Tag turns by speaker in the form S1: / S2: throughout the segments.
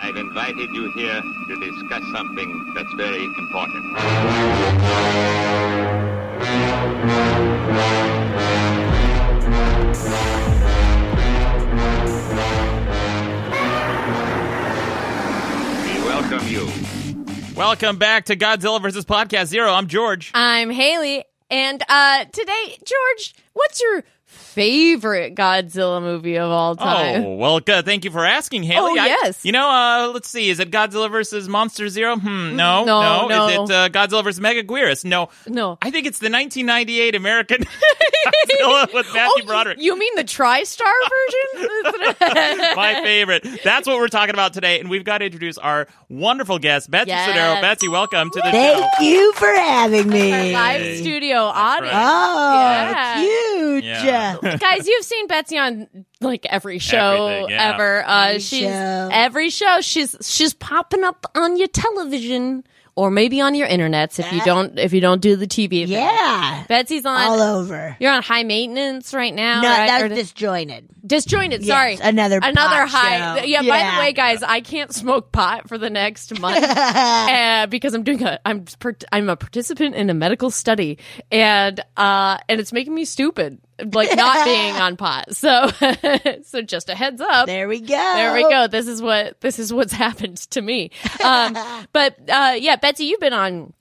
S1: I've invited you here to discuss something that's very important. We welcome you.
S2: Welcome back to Godzilla vs. Podcast Zero. I'm George.
S3: I'm Haley, and uh, today, George, what's your favorite Godzilla movie of all time?
S2: Oh, well, good. Thank you for asking, Haley.
S3: Oh,
S2: I-
S3: yes.
S2: you know, uh, let's see. Is it Godzilla versus Monster Zero? Hmm, no,
S3: Mm, no,
S2: Is
S3: no.
S2: it uh, Godzilla versus Megaguirus? No.
S3: No.
S2: I think it's the 1998 American Godzilla with Matthew
S3: Oh, you-
S2: Broderick.
S3: You mean the TriStar version?
S2: My favorite. That's what we're talking about today. And we've got to introduce our wonderful guest, Betsy
S3: Yes.
S2: Sodero. Betsy, welcome to the
S4: Thank
S2: show.
S4: you for having me.
S3: Live studio audience.
S2: right.
S4: Oh,
S3: Yeah.
S4: cute.
S2: Yeah.
S3: Guys, you've seen Betsy on like every show
S2: Everything, yeah.
S3: ever. Uh,
S4: Every
S3: she's
S4: show.
S3: every show. She's she's popping up on your television or maybe on your internets if you
S4: Yeah.
S3: don't if you don't do the TV. thing.
S4: Yeah.
S3: Betsy's on.
S4: All over.
S3: You're on high maintenance right now.
S4: No,
S3: right? Or
S4: that's
S3: di-
S4: disjointed.
S3: disjointed.
S4: Yes,
S3: sorry,
S4: another
S3: another
S4: pot
S3: high.
S4: show.
S3: Yeah, By the
S4: Yeah.
S3: way, guys, I can't smoke pot for the next month uh, because I'm doing a I'm per- I'm a participant in a medical study and uh and it's making me stupid like not being on pot. So so just a heads up.
S4: There we go.
S3: There we go. This is what this is what's happened to me. Um, but uh, yeah, Betsy, you've been on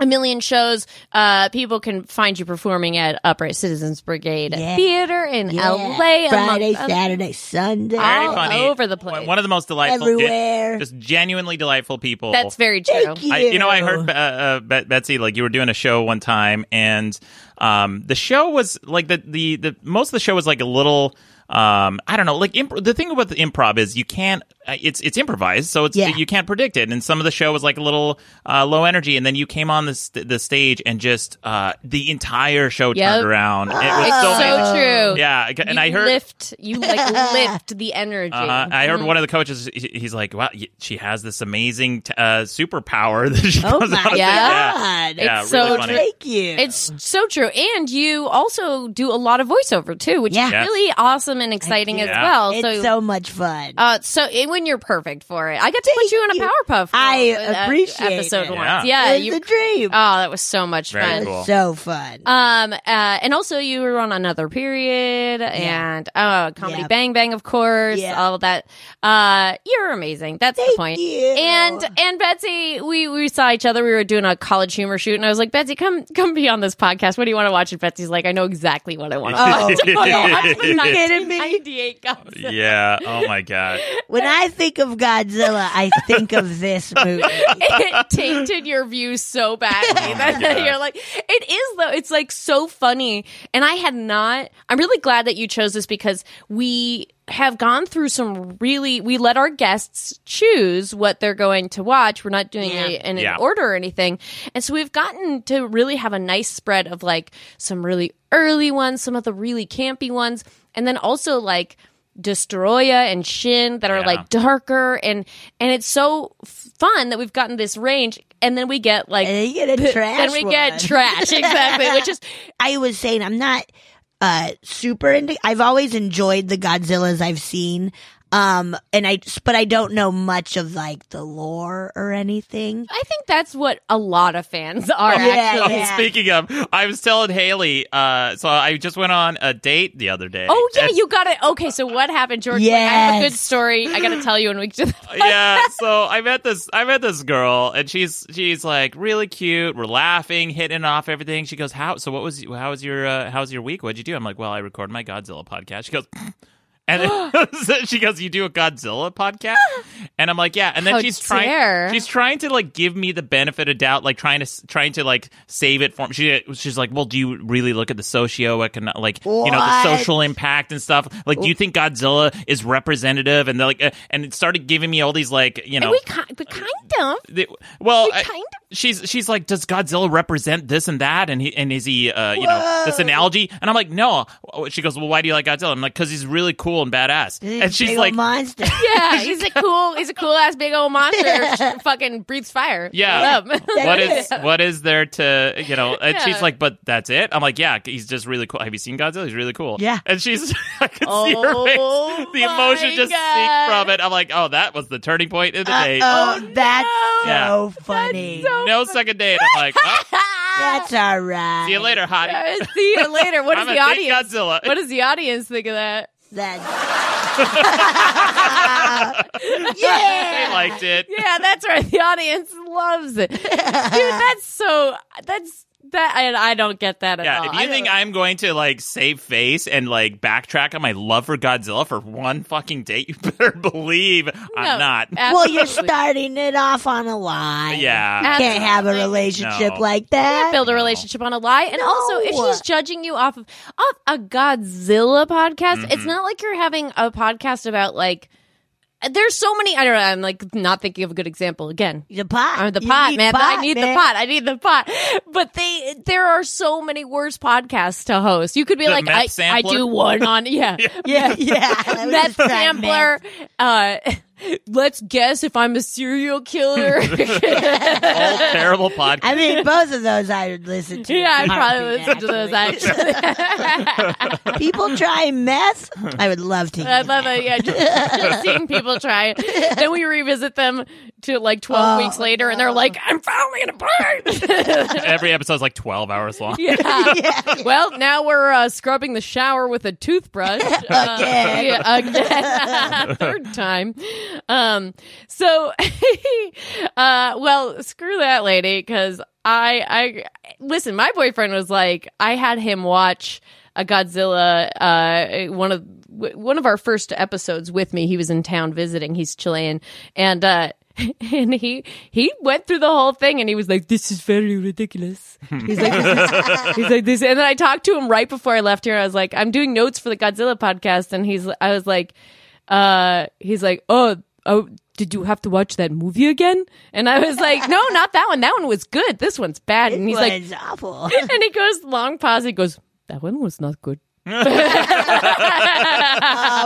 S3: a million shows. Uh, people can find you performing at Upright Citizens Brigade
S4: Yeah.
S3: Theater in
S4: Yeah.
S3: L.A.
S4: Friday,
S3: among-
S4: Saturday, Sunday.
S2: Very
S3: All
S2: funny.
S3: over the place.
S2: One of the most delightful, gen-
S4: Everywhere.
S2: just genuinely delightful people.
S3: That's very true.
S4: Thank you.
S2: I, you know, I heard uh, uh, Bet- Betsy like you were doing a show one time, and um, the show was like the, the the most of the show was like a little. Um, I don't know. Like imp- the thing about the improv is you can't. Uh, it's it's improvised, so it's
S4: Yeah.
S2: you can't predict it. And some of the show was like a little uh, low energy, and then you came on the st- the stage and just uh, the entire show
S3: Yep.
S2: turned around. It was
S3: It's
S2: so, amazing.
S3: so true.
S2: yeah. I ca- And
S3: you
S2: I heard
S3: lift you like lift the energy.
S2: uh-huh. I heard one of the coaches. he- He's like, "Wow, y- she has this amazing t- uh, superpower that she
S4: Oh,
S2: comes
S4: my
S2: out
S4: God.
S2: with."
S3: Yeah.
S2: yeah,
S3: It's
S2: really
S3: so
S2: funny.
S3: true.
S4: Thank you.
S3: It's so true. And you also do a lot of voiceover too, which
S4: Yeah.
S3: is
S2: Yes.
S3: really awesome and exciting as
S2: Yeah.
S3: well.
S4: It's
S3: so
S4: so, much fun.
S3: uh, so it, when you're perfect for it, I got to put you in a
S4: Thank you.
S3: Powerpuff.
S4: I
S3: Girl, uh,
S4: appreciate
S3: episode
S4: it.
S2: Yeah.
S3: once. Yeah,
S4: it was
S3: you,
S4: a dream.
S3: oh, that was so much
S2: Very
S3: fun.
S2: cool.
S4: So fun.
S3: Um, uh, and also you were on another period and uh, comedy
S4: Yep.
S3: Bang Bang, of course,
S4: Yeah.
S3: all of that. Uh, you're amazing. That's the
S4: Thank
S3: point.
S4: you.
S3: And and Betsy, we we saw each other. We were doing a college humor shoot, and I was like, Betsy, come come be on this podcast. What do you want to watch? And Betsy's like, I know exactly what I want to watch.
S4: oh,
S3: I'm
S4: you kidding me?
S3: 98 Godzilla.
S2: yeah. Oh my god.
S4: When I think of Godzilla, I think of this movie.
S3: it tainted your view so badly that
S2: Oh God.
S3: you're like, it is though. It's like so funny. And I had not, I'm really glad that you chose this because we have gone through some really, we let our guests choose what they're going to watch. We're not doing
S4: Yeah.
S3: it in
S2: Yeah.
S3: an order or anything. And so we've gotten to really have a nice spread of like some really early ones, some of the really campy ones, and then also like, Destroya and Shin that are
S2: Yeah.
S3: like darker and and it's so fun that we've gotten this range and then we get like
S4: And then you get a trash.
S3: then we get
S4: one.
S3: trash exactly which is
S4: I was saying I'm not uh super into I've always enjoyed the Godzillas I've seen. Um and I but I don't know much of like the lore or anything.
S3: I think that's what a lot of fans are
S4: Yeah,
S3: actually.
S4: yeah.
S2: Speaking of, I was telling Haley. Uh, so I just went on a date the other day.
S3: Oh yeah,
S2: And-
S3: you got it. Okay, so what happened, George? Like, I have a good
S4: Yes.
S3: story. I got to tell you when we do the
S2: yeah. So I met this. I met this girl, and she's she's like really cute. We're laughing, hitting off everything. She goes, "How? So what was? How was your? Uh, how was your week? What'd you do?" I'm like, "Well, I recorded my Godzilla podcast." She goes. And then she goes, "You do a Godzilla podcast?" And I'm like, "Yeah." And then
S3: How
S2: she's
S3: dare.
S2: trying, she's trying to like give me the benefit of doubt, like trying to trying to like save it for me. She she's like, "Well, do you really look at the socioeconomic, like you know, the
S4: What?
S2: social impact and stuff? Like, do you think Godzilla is representative?" And they're like, uh, and it started giving me all these like, you know,
S3: we ki- we kind of
S2: the- well,
S3: we
S2: I-
S3: kind of
S2: she's she's like, does Godzilla represent this and that? And he and is he uh, you know this an algae? And I'm like, no. She goes, well, why do you like Godzilla? I'm like, because he's really cool and badass. And
S4: Big
S2: she's
S4: old
S2: like,
S4: monster.
S3: Yeah, he's a cool, he's a cool ass big old monster. Sh- Fucking breathes fire.
S2: Yeah.
S3: What up?
S2: what is what is there to you know? And
S3: Yeah.
S2: she's like, but that's it. I'm like, yeah, he's just really cool. Have you seen Godzilla? He's really cool.
S4: Yeah.
S2: And she's, I could see her
S3: Oh
S2: face. The
S3: my
S2: emotion just
S3: God.
S2: seeped from it. I'm like, oh, that was the turning point in the
S4: Uh,
S2: date.
S4: oh, that's
S2: Yeah.
S4: so funny. That's,
S2: No second date. I'm like, oh,
S4: all right.
S2: see you later, hottie.
S3: See you later. What does
S2: I'm a
S3: the
S2: big
S3: audience?
S2: Godzilla.
S3: What does the audience think of that?
S4: That's
S2: they
S4: yeah.
S2: liked it.
S3: Yeah, that's right. The audience loves it, dude. That's so. That's that. And I don't get that at all.
S2: Yeah, if
S3: I
S2: you think
S3: don't-
S2: I'm going to like save face and like backtrack on my love for Godzilla for one fucking date, you better believe
S3: No,
S2: I'm not.
S4: Well, you're
S3: absolutely.
S4: starting it off on a lie.
S2: Yeah.
S3: Ab-
S4: Can't have a
S3: Absolutely.
S4: relationship
S2: No.
S4: like that.
S3: can't build a relationship on a lie. And also, if
S4: No.
S3: she's judging you off of off a Godzilla podcast,
S2: Mm-hmm.
S3: it's not like you're having a podcast about like. There's so many. I don't know. I'm like not thinking of a good example again.
S4: the pot.
S3: Or the
S4: You
S3: pot,
S4: need
S3: man. I
S4: pot,
S3: need the
S4: man.
S3: pot. I need the pot. But they, there are so many worse podcasts to host. You could be
S2: The
S3: like,
S2: meth
S3: I, I
S2: sampler?
S3: do one on, yeah,
S4: Yeah, yeah.
S3: meth sampler. Uh, let's guess if I'm a serial killer. yeah,
S2: All terrible podcast.
S4: I mean, both of those I would listen to.
S3: I probably
S4: Heartbeat,
S3: listen to those
S4: actually.
S3: actually.
S4: People try meth. I would love to.
S3: I love it. Yeah, just, just seeing people try it. Then we revisit them to like 12
S4: Oh,
S3: weeks later, and they're like, I'm finally in a burn.
S2: Every episode's like 12 hours long.
S3: yeah.
S4: yeah.
S3: Well, now we're uh, scrubbing the shower with a toothbrush Uh,
S4: Again.
S3: yeah, again. third time. Um, so, uh, well, screw that lady because I, I listen. My boyfriend was like, I had him watch a Godzilla. Uh, one of w- one of our first episodes with me. He was in town visiting. He's Chilean, and uh, and he he went through the whole thing and he was like this is very ridiculous he's like this is, he's like this and then i talked to him right before i left here i was like i'm doing notes for the godzilla podcast and he's i was like uh he's like oh oh did you have to watch that movie again and i was like no not that one that one was good this one's bad and he's like
S4: was awful.
S3: and he goes long pause he goes that one was not good
S4: Oh,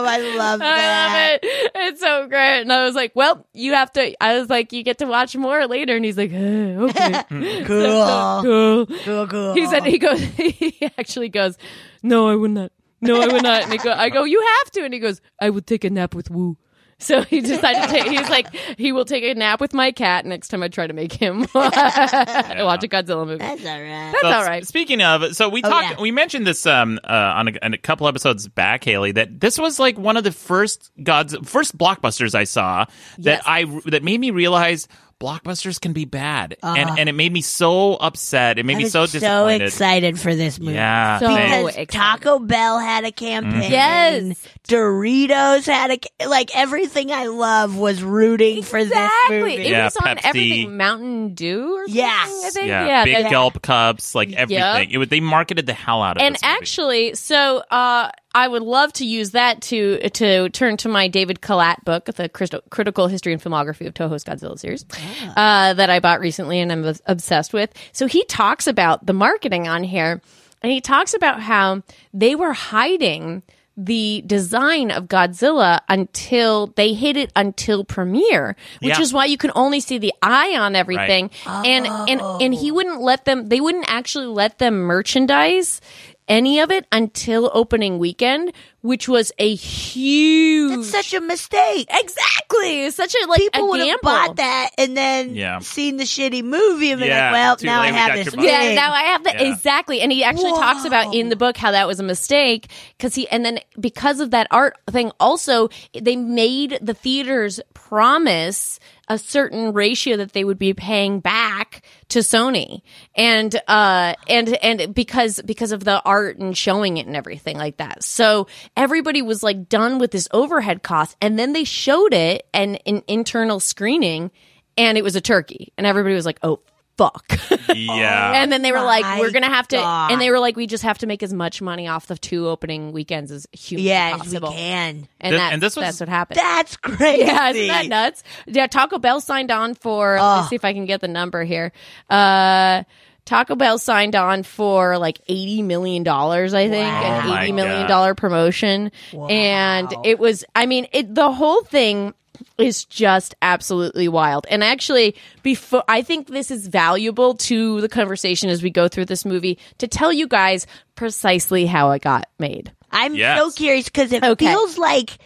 S4: I love that.
S3: I love it. It's so great. And I was like, well, you have to. I was like, you get to watch more later. And he's like, "Uh, okay.
S4: Cool.
S3: cool.
S4: Cool, cool.
S3: He said, he goes, he actually goes, no, I would not. No, I would not. And he go, I go, you have to. And he goes, I would take a nap with Woo. So he decided to take, he's like, he will take a nap with my cat next time I try to make him watch a Godzilla movie.
S4: That's all right.
S3: That's
S2: So,
S3: all right.
S2: Speaking of, so we
S4: Oh,
S2: talked,
S4: yeah.
S2: we mentioned this um uh, on, a, on a couple episodes back, Haley, that this was like one of the first God's first blockbusters I saw that I that made me realize blockbusters can be bad,
S3: Uh-huh.
S2: and and it made me so upset. It made
S4: I
S2: me
S4: was
S2: so
S4: so
S2: disappointed.
S4: excited for this movie.
S2: Yeah,
S3: So
S2: thanks.
S4: Because
S3: excited.
S4: Taco Bell had a campaign.
S3: Yes.
S4: Doritos had a ca- like everything I love was rooting for this
S3: Exactly.
S4: movie.
S3: It
S2: Yeah,
S3: was on
S2: Pepsi.
S3: everything Mountain Dew or something,
S4: Yes.
S3: I think.
S2: yeah,
S3: yeah
S2: big
S3: that-
S2: gulp cups, like everything.
S3: Yep.
S2: It was, they marketed the hell out of
S3: and
S2: this movie.
S3: actually so uh, i would love to use that to to turn to my david Collat book the Crystal, critical history and filmography of toho's godzilla series
S2: Ah.
S3: uh, that i bought recently and i'm obs- obsessed with so he talks about the marketing on here and he talks about how they were hiding the design of Godzilla until they hid it until premiere, which
S2: Yeah.
S3: is why you can only see the eye on everything and and and
S4: Oh.
S3: he wouldn't let them they wouldn't actually let them merchandise any of it until opening weekend which was a huge
S4: That's such a mistake.
S3: exactly it's such a like
S4: People
S3: a
S4: would have
S3: gamble
S4: bought that and then
S2: Yeah.
S4: seen the shitty movie and been
S2: Yeah,
S4: like, "Well,
S2: too
S4: now
S2: late,
S4: I
S2: we
S4: have
S2: got
S4: this."
S2: your money.
S3: yeah,
S4: thing.
S3: now I have that
S2: Yeah.
S3: exactly, and he actually talks about in the book how that was a mistake because he, and then because of that art thing, also they made the theaters promise a certain ratio that they would be paying back to Sony, and uh, and and because because of the art and showing it and everything like that, so everybody was like done with this overhead cost, and then they showed it and an internal screening, and it was a turkey, and everybody was like, oh fuck.
S2: Yeah.
S3: and then they were like,
S4: my
S3: we're going to have to,
S4: God.
S3: and they were like, we just have to make as much money off the two opening weekends as humanly
S4: Yes,
S3: possible.
S4: we can.
S3: And,
S2: Th-
S3: that,
S2: and this was-
S3: that's what happened.
S4: That's crazy.
S3: yeah, isn't that nuts? Yeah, Taco Bell signed on for. Let's see if I can get the number here. Uh, Taco Bell signed on for like eighty million dollars, I think,
S2: Wow. Oh
S3: an
S2: my
S3: eighty million
S2: God.
S3: dollar promotion, and it was. I mean, it the whole thing is just absolutely wild. And actually, before I think this is valuable to the conversation as we go through this movie to tell you guys precisely how it got made.
S4: I'm
S2: Yes.
S4: so curious because it
S3: Okay.
S4: feels like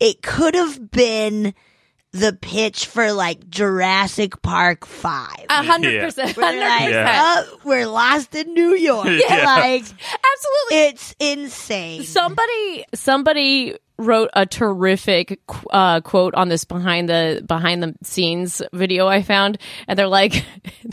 S4: it could have been the pitch for like Jurassic Park Five.
S3: A hundred percent,
S4: We're
S3: hundred
S4: like,
S3: percent,
S4: "Oh, we're lost in New York.
S2: Yeah.
S4: Like
S3: absolutely.
S4: it's insane.
S3: somebody somebody wrote a terrific qu- uh, quote on this behind the behind the scenes video I found, and they're like,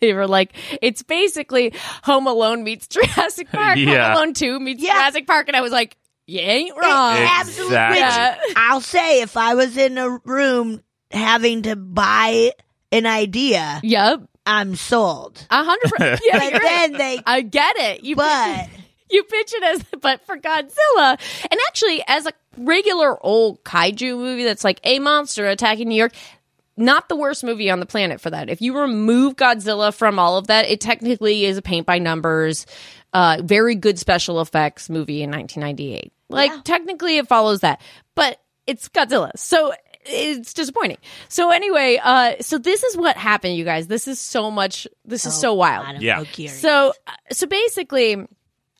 S3: they were like, it's basically Home Alone meets Jurassic Park,
S2: Yeah.
S3: Home Alone Two meets
S4: Yeah.
S3: Jurassic Park, and I was like, you ain't wrong.
S2: Exactly.
S4: Absolutely. I'll say if I was in a room having to buy an idea,
S3: Yep,
S4: I'm sold.
S3: a hundred. percent. Yeah,
S4: But
S3: you're right.
S4: then they
S3: I get it. You
S4: But-
S3: you pitch it as but for Godzilla, and actually as a regular old kaiju movie that's like a monster attacking New York. Not the worst movie on the planet for that. If you remove Godzilla from all of that, it technically is a paint by numbers, uh, very good special effects movie in 1998. Like technically, it follows that, but it's Godzilla, so it's disappointing. So anyway, uh, so this is what happened, you guys. This is so much. This is so wild.
S4: I'm
S2: Yeah.
S4: so curious.
S3: So, uh, so basically,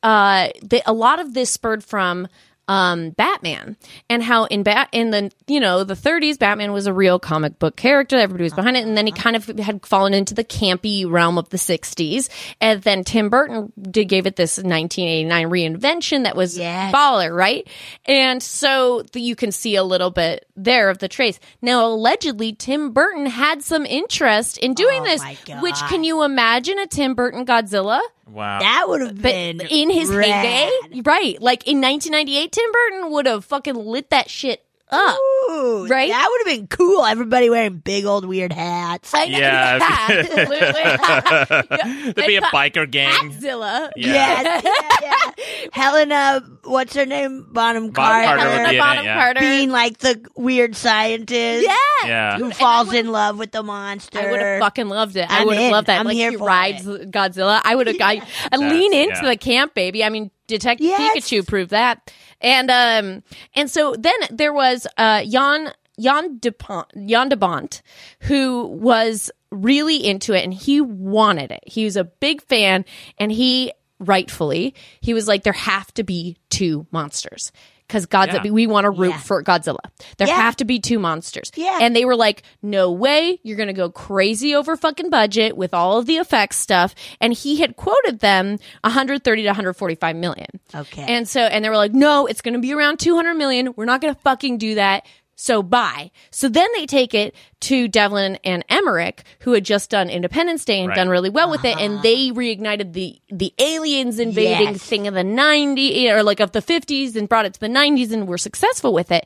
S3: uh, the, a lot of this spurred from um, Batman and how in bat in the you know the 30s, Batman was a real comic book character. Everybody was behind it, and then he kind of had fallen into the campy realm of the 60s. And then Tim Burton did, gave it this 1989 reinvention that was
S4: Yes.
S3: baller, right? And so the, you can see a little bit there of the trace. Now, allegedly, Tim Burton had some interest in doing
S4: Oh
S3: this,
S4: my God.
S3: which can you imagine a Tim Burton Godzilla?
S2: Wow.
S4: that would have
S3: But
S4: been
S3: in his
S4: rad.
S3: heyday, right? Like in 1998, Tim Burton would have fucking lit that shit up.
S4: Ooh,
S3: right?
S4: That would have been cool. Everybody wearing big old weird hats.
S3: I know,
S2: Yeah.
S3: literally.
S2: There'd be a biker gang.
S3: Godzilla.
S2: Yeah.
S4: Yes, yeah, yeah. Helena, what's her name? Bonham
S2: Bonham
S4: Carter.
S2: Carter would be
S3: Helena
S2: in it,
S3: Bonham
S2: yeah.
S3: Carter.
S4: being like the weird scientist.
S3: yeah.
S2: Yeah.
S4: Who falls in love with the monster.
S3: I would have fucking loved it. I
S4: I'm
S3: would have
S4: in.
S3: loved that.
S4: I'm
S3: like
S4: here
S3: he
S4: for
S3: rides Godzilla. I would have. I, I lean into
S2: yeah.
S3: the camp, baby. I mean, Detective
S4: Yes.
S3: Pikachu proved that. And um, and so then there was uh, Jan Jan DePont, Jan de Bont, who was really into it, and he wanted it. He was a big fan, and he rightfully he was like, there have to be two monsters. Because Godzilla,
S2: Yeah.
S3: we want to root
S4: Yeah.
S3: for Godzilla. There
S4: Yeah.
S3: have to be two monsters.
S4: Yeah.
S3: And they were like, no way, you're going to go crazy over fucking budget with all of the effects stuff. And he had quoted them 130 to 145 million.
S4: Okay.
S3: And so, and they were like, no, it's going to be around 200 million. We're not going to fucking do that. So bye. So then they take it to Devlin and Emmerich, who had just done Independence Day and
S2: Right.
S3: done really well with it, and they reignited the the aliens invading
S4: Uh-huh. Yes.
S3: thing of the 90s or like of the 50s and brought it to the 90s and were successful with it.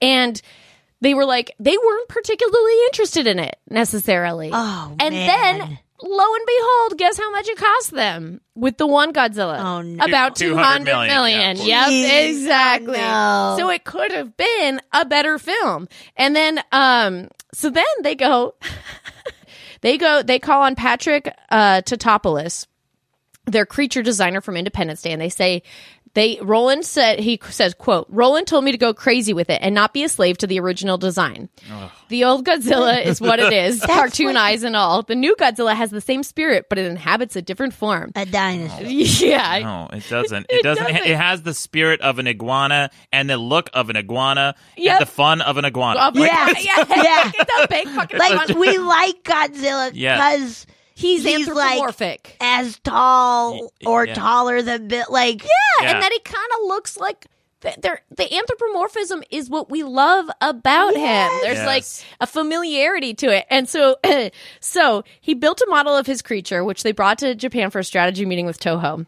S3: And they were like they weren't particularly interested in it necessarily.
S4: Oh,
S3: and
S4: man.
S3: then lo and behold, guess how much it cost them with the one Godzilla?
S4: Oh, no.
S3: About
S2: Two-
S3: 200
S2: 200
S3: million.
S2: million,
S3: Yep,
S4: Jeez.
S3: exactly.
S4: Oh, no.
S3: So it could have been a better film. And then um so then they go they go they call on Patrick uh Tatopoulos, their creature designer from Independence Day and they say they Roland said he says quote Roland told me to go crazy with it and not be a slave to the original design. The old Godzilla is what it is, cartoon eyes and all. The new Godzilla has the same spirit but it inhabits a different form.
S4: a dinosaur.
S3: yeah.
S2: No, it doesn't. It, doesn't.
S3: doesn't.
S2: It has the spirit of an iguana and the look of an iguana
S3: Yep.
S2: and the fun of an iguana.
S3: Oh my
S4: Yeah.
S3: God. yeah,
S4: Yeah.
S3: It's a big fucking
S4: Like
S3: iguana.
S4: we like Godzilla
S2: Oh. Yeah.
S4: because
S3: He's,
S4: He's like-
S3: anthropomorphic.
S4: as tall
S2: Y-
S4: or
S2: yeah.
S4: taller than Bill. Like
S3: yeah, and
S2: Yeah.
S3: that he kind of looks like th- there the anthropomorphism is what we love about him. There's
S2: Yes.
S3: like a familiarity to it. And so so he built a model of his creature which they brought to Japan for a strategy meeting with Toho.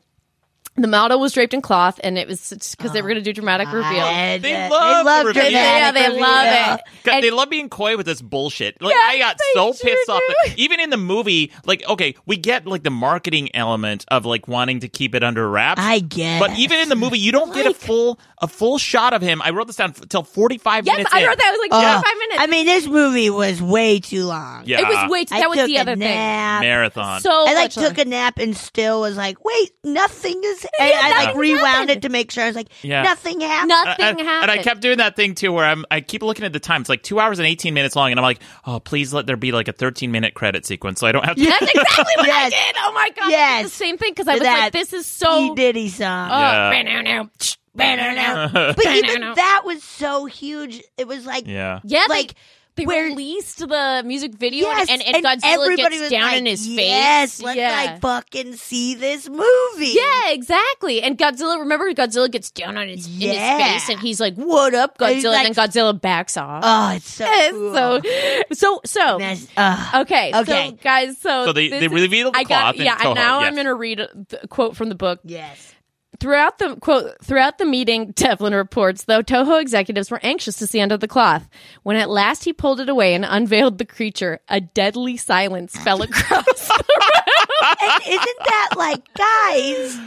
S3: The model was draped in cloth, and it was because they were going to do dramatic
S4: Oh.
S3: reveal.
S4: They,
S2: They love the reveal.
S3: Yeah, they love it.
S2: God,
S3: And-
S2: they love being coy with this bullshit. Like
S3: Yeah,
S2: I got
S3: they
S2: so
S3: sure
S2: pissed off.
S3: do.
S2: That, even in the movie, like okay, we get like the marketing element of like wanting to keep it under wraps.
S4: I get.
S2: but even in the movie, you don't get a full a full shot of him. I wrote this down f- till forty five
S3: Yes,
S2: minutes.
S3: I
S2: in.
S3: wrote that. Oh. I was like,
S4: Uh,
S3: 45 minutes.
S4: I mean, this movie was way too long.
S2: Yeah,
S3: it was way too,
S4: I
S3: that was
S4: took
S3: the
S4: a
S3: other thing.
S4: nap.
S2: marathon.
S3: So
S4: I like
S3: much longer.
S4: took a nap and still was like, wait, nothing is. I, I like
S3: nothing
S4: rewound
S3: happened.
S4: it to make sure. I was like,
S2: Yeah.
S4: nothing happened.
S3: nothing
S2: and, I-
S3: happened.
S2: and I kept doing that thing too, where I'm I keep looking at the time. It's like two hours and eighteen minutes long, and I'm like, oh, please let there be like a thirteen minute credit sequence, so I don't have to.
S3: That's exactly what I
S4: Yes.
S3: did. Oh my god, I did
S4: Yes.
S3: the same thing because I was
S4: That
S3: like, this is
S4: P
S3: so.
S4: Diddy song.
S3: Oh,
S2: Yeah.
S3: ba-na-na, tsh, ba-na-na.
S4: but even
S3: no.
S4: that was so huge. It was like,
S2: yeah.
S3: yeah, like.
S4: Like,
S3: They, they
S4: where-
S3: released the music video
S4: yes,
S3: and, and, Godzilla
S4: everybody
S3: gets
S4: was
S3: down
S4: like,
S3: in his face.
S4: Yes, let's
S3: yeah.
S4: like fucking see this movie.
S3: Yeah, exactly. And Godzilla, remember Godzilla gets down on his, in
S4: Yeah.
S3: his face and he's like, "What up,
S4: And he's
S3: Godzilla?"
S4: like-
S3: and then Godzilla backs off.
S4: Oh, it's so cool.
S3: so, Um, so, so.
S4: Mess- ugh.
S3: Okay,
S4: Okay.
S3: so guys, so
S2: So they-
S3: this
S2: they
S3: is-
S2: reveal the
S3: I got,
S2: cloth and
S3: yeah,
S2: Toho,
S3: now
S2: yes.
S3: I'm going to read a the quote from the book.
S4: Yes.
S3: Throughout the quote, throughout the meeting, Devlin reports, though Toho executives were anxious to see under the cloth. When at last he pulled it away and unveiled the creature, a deadly silence fell across.
S4: And isn't that like, guys,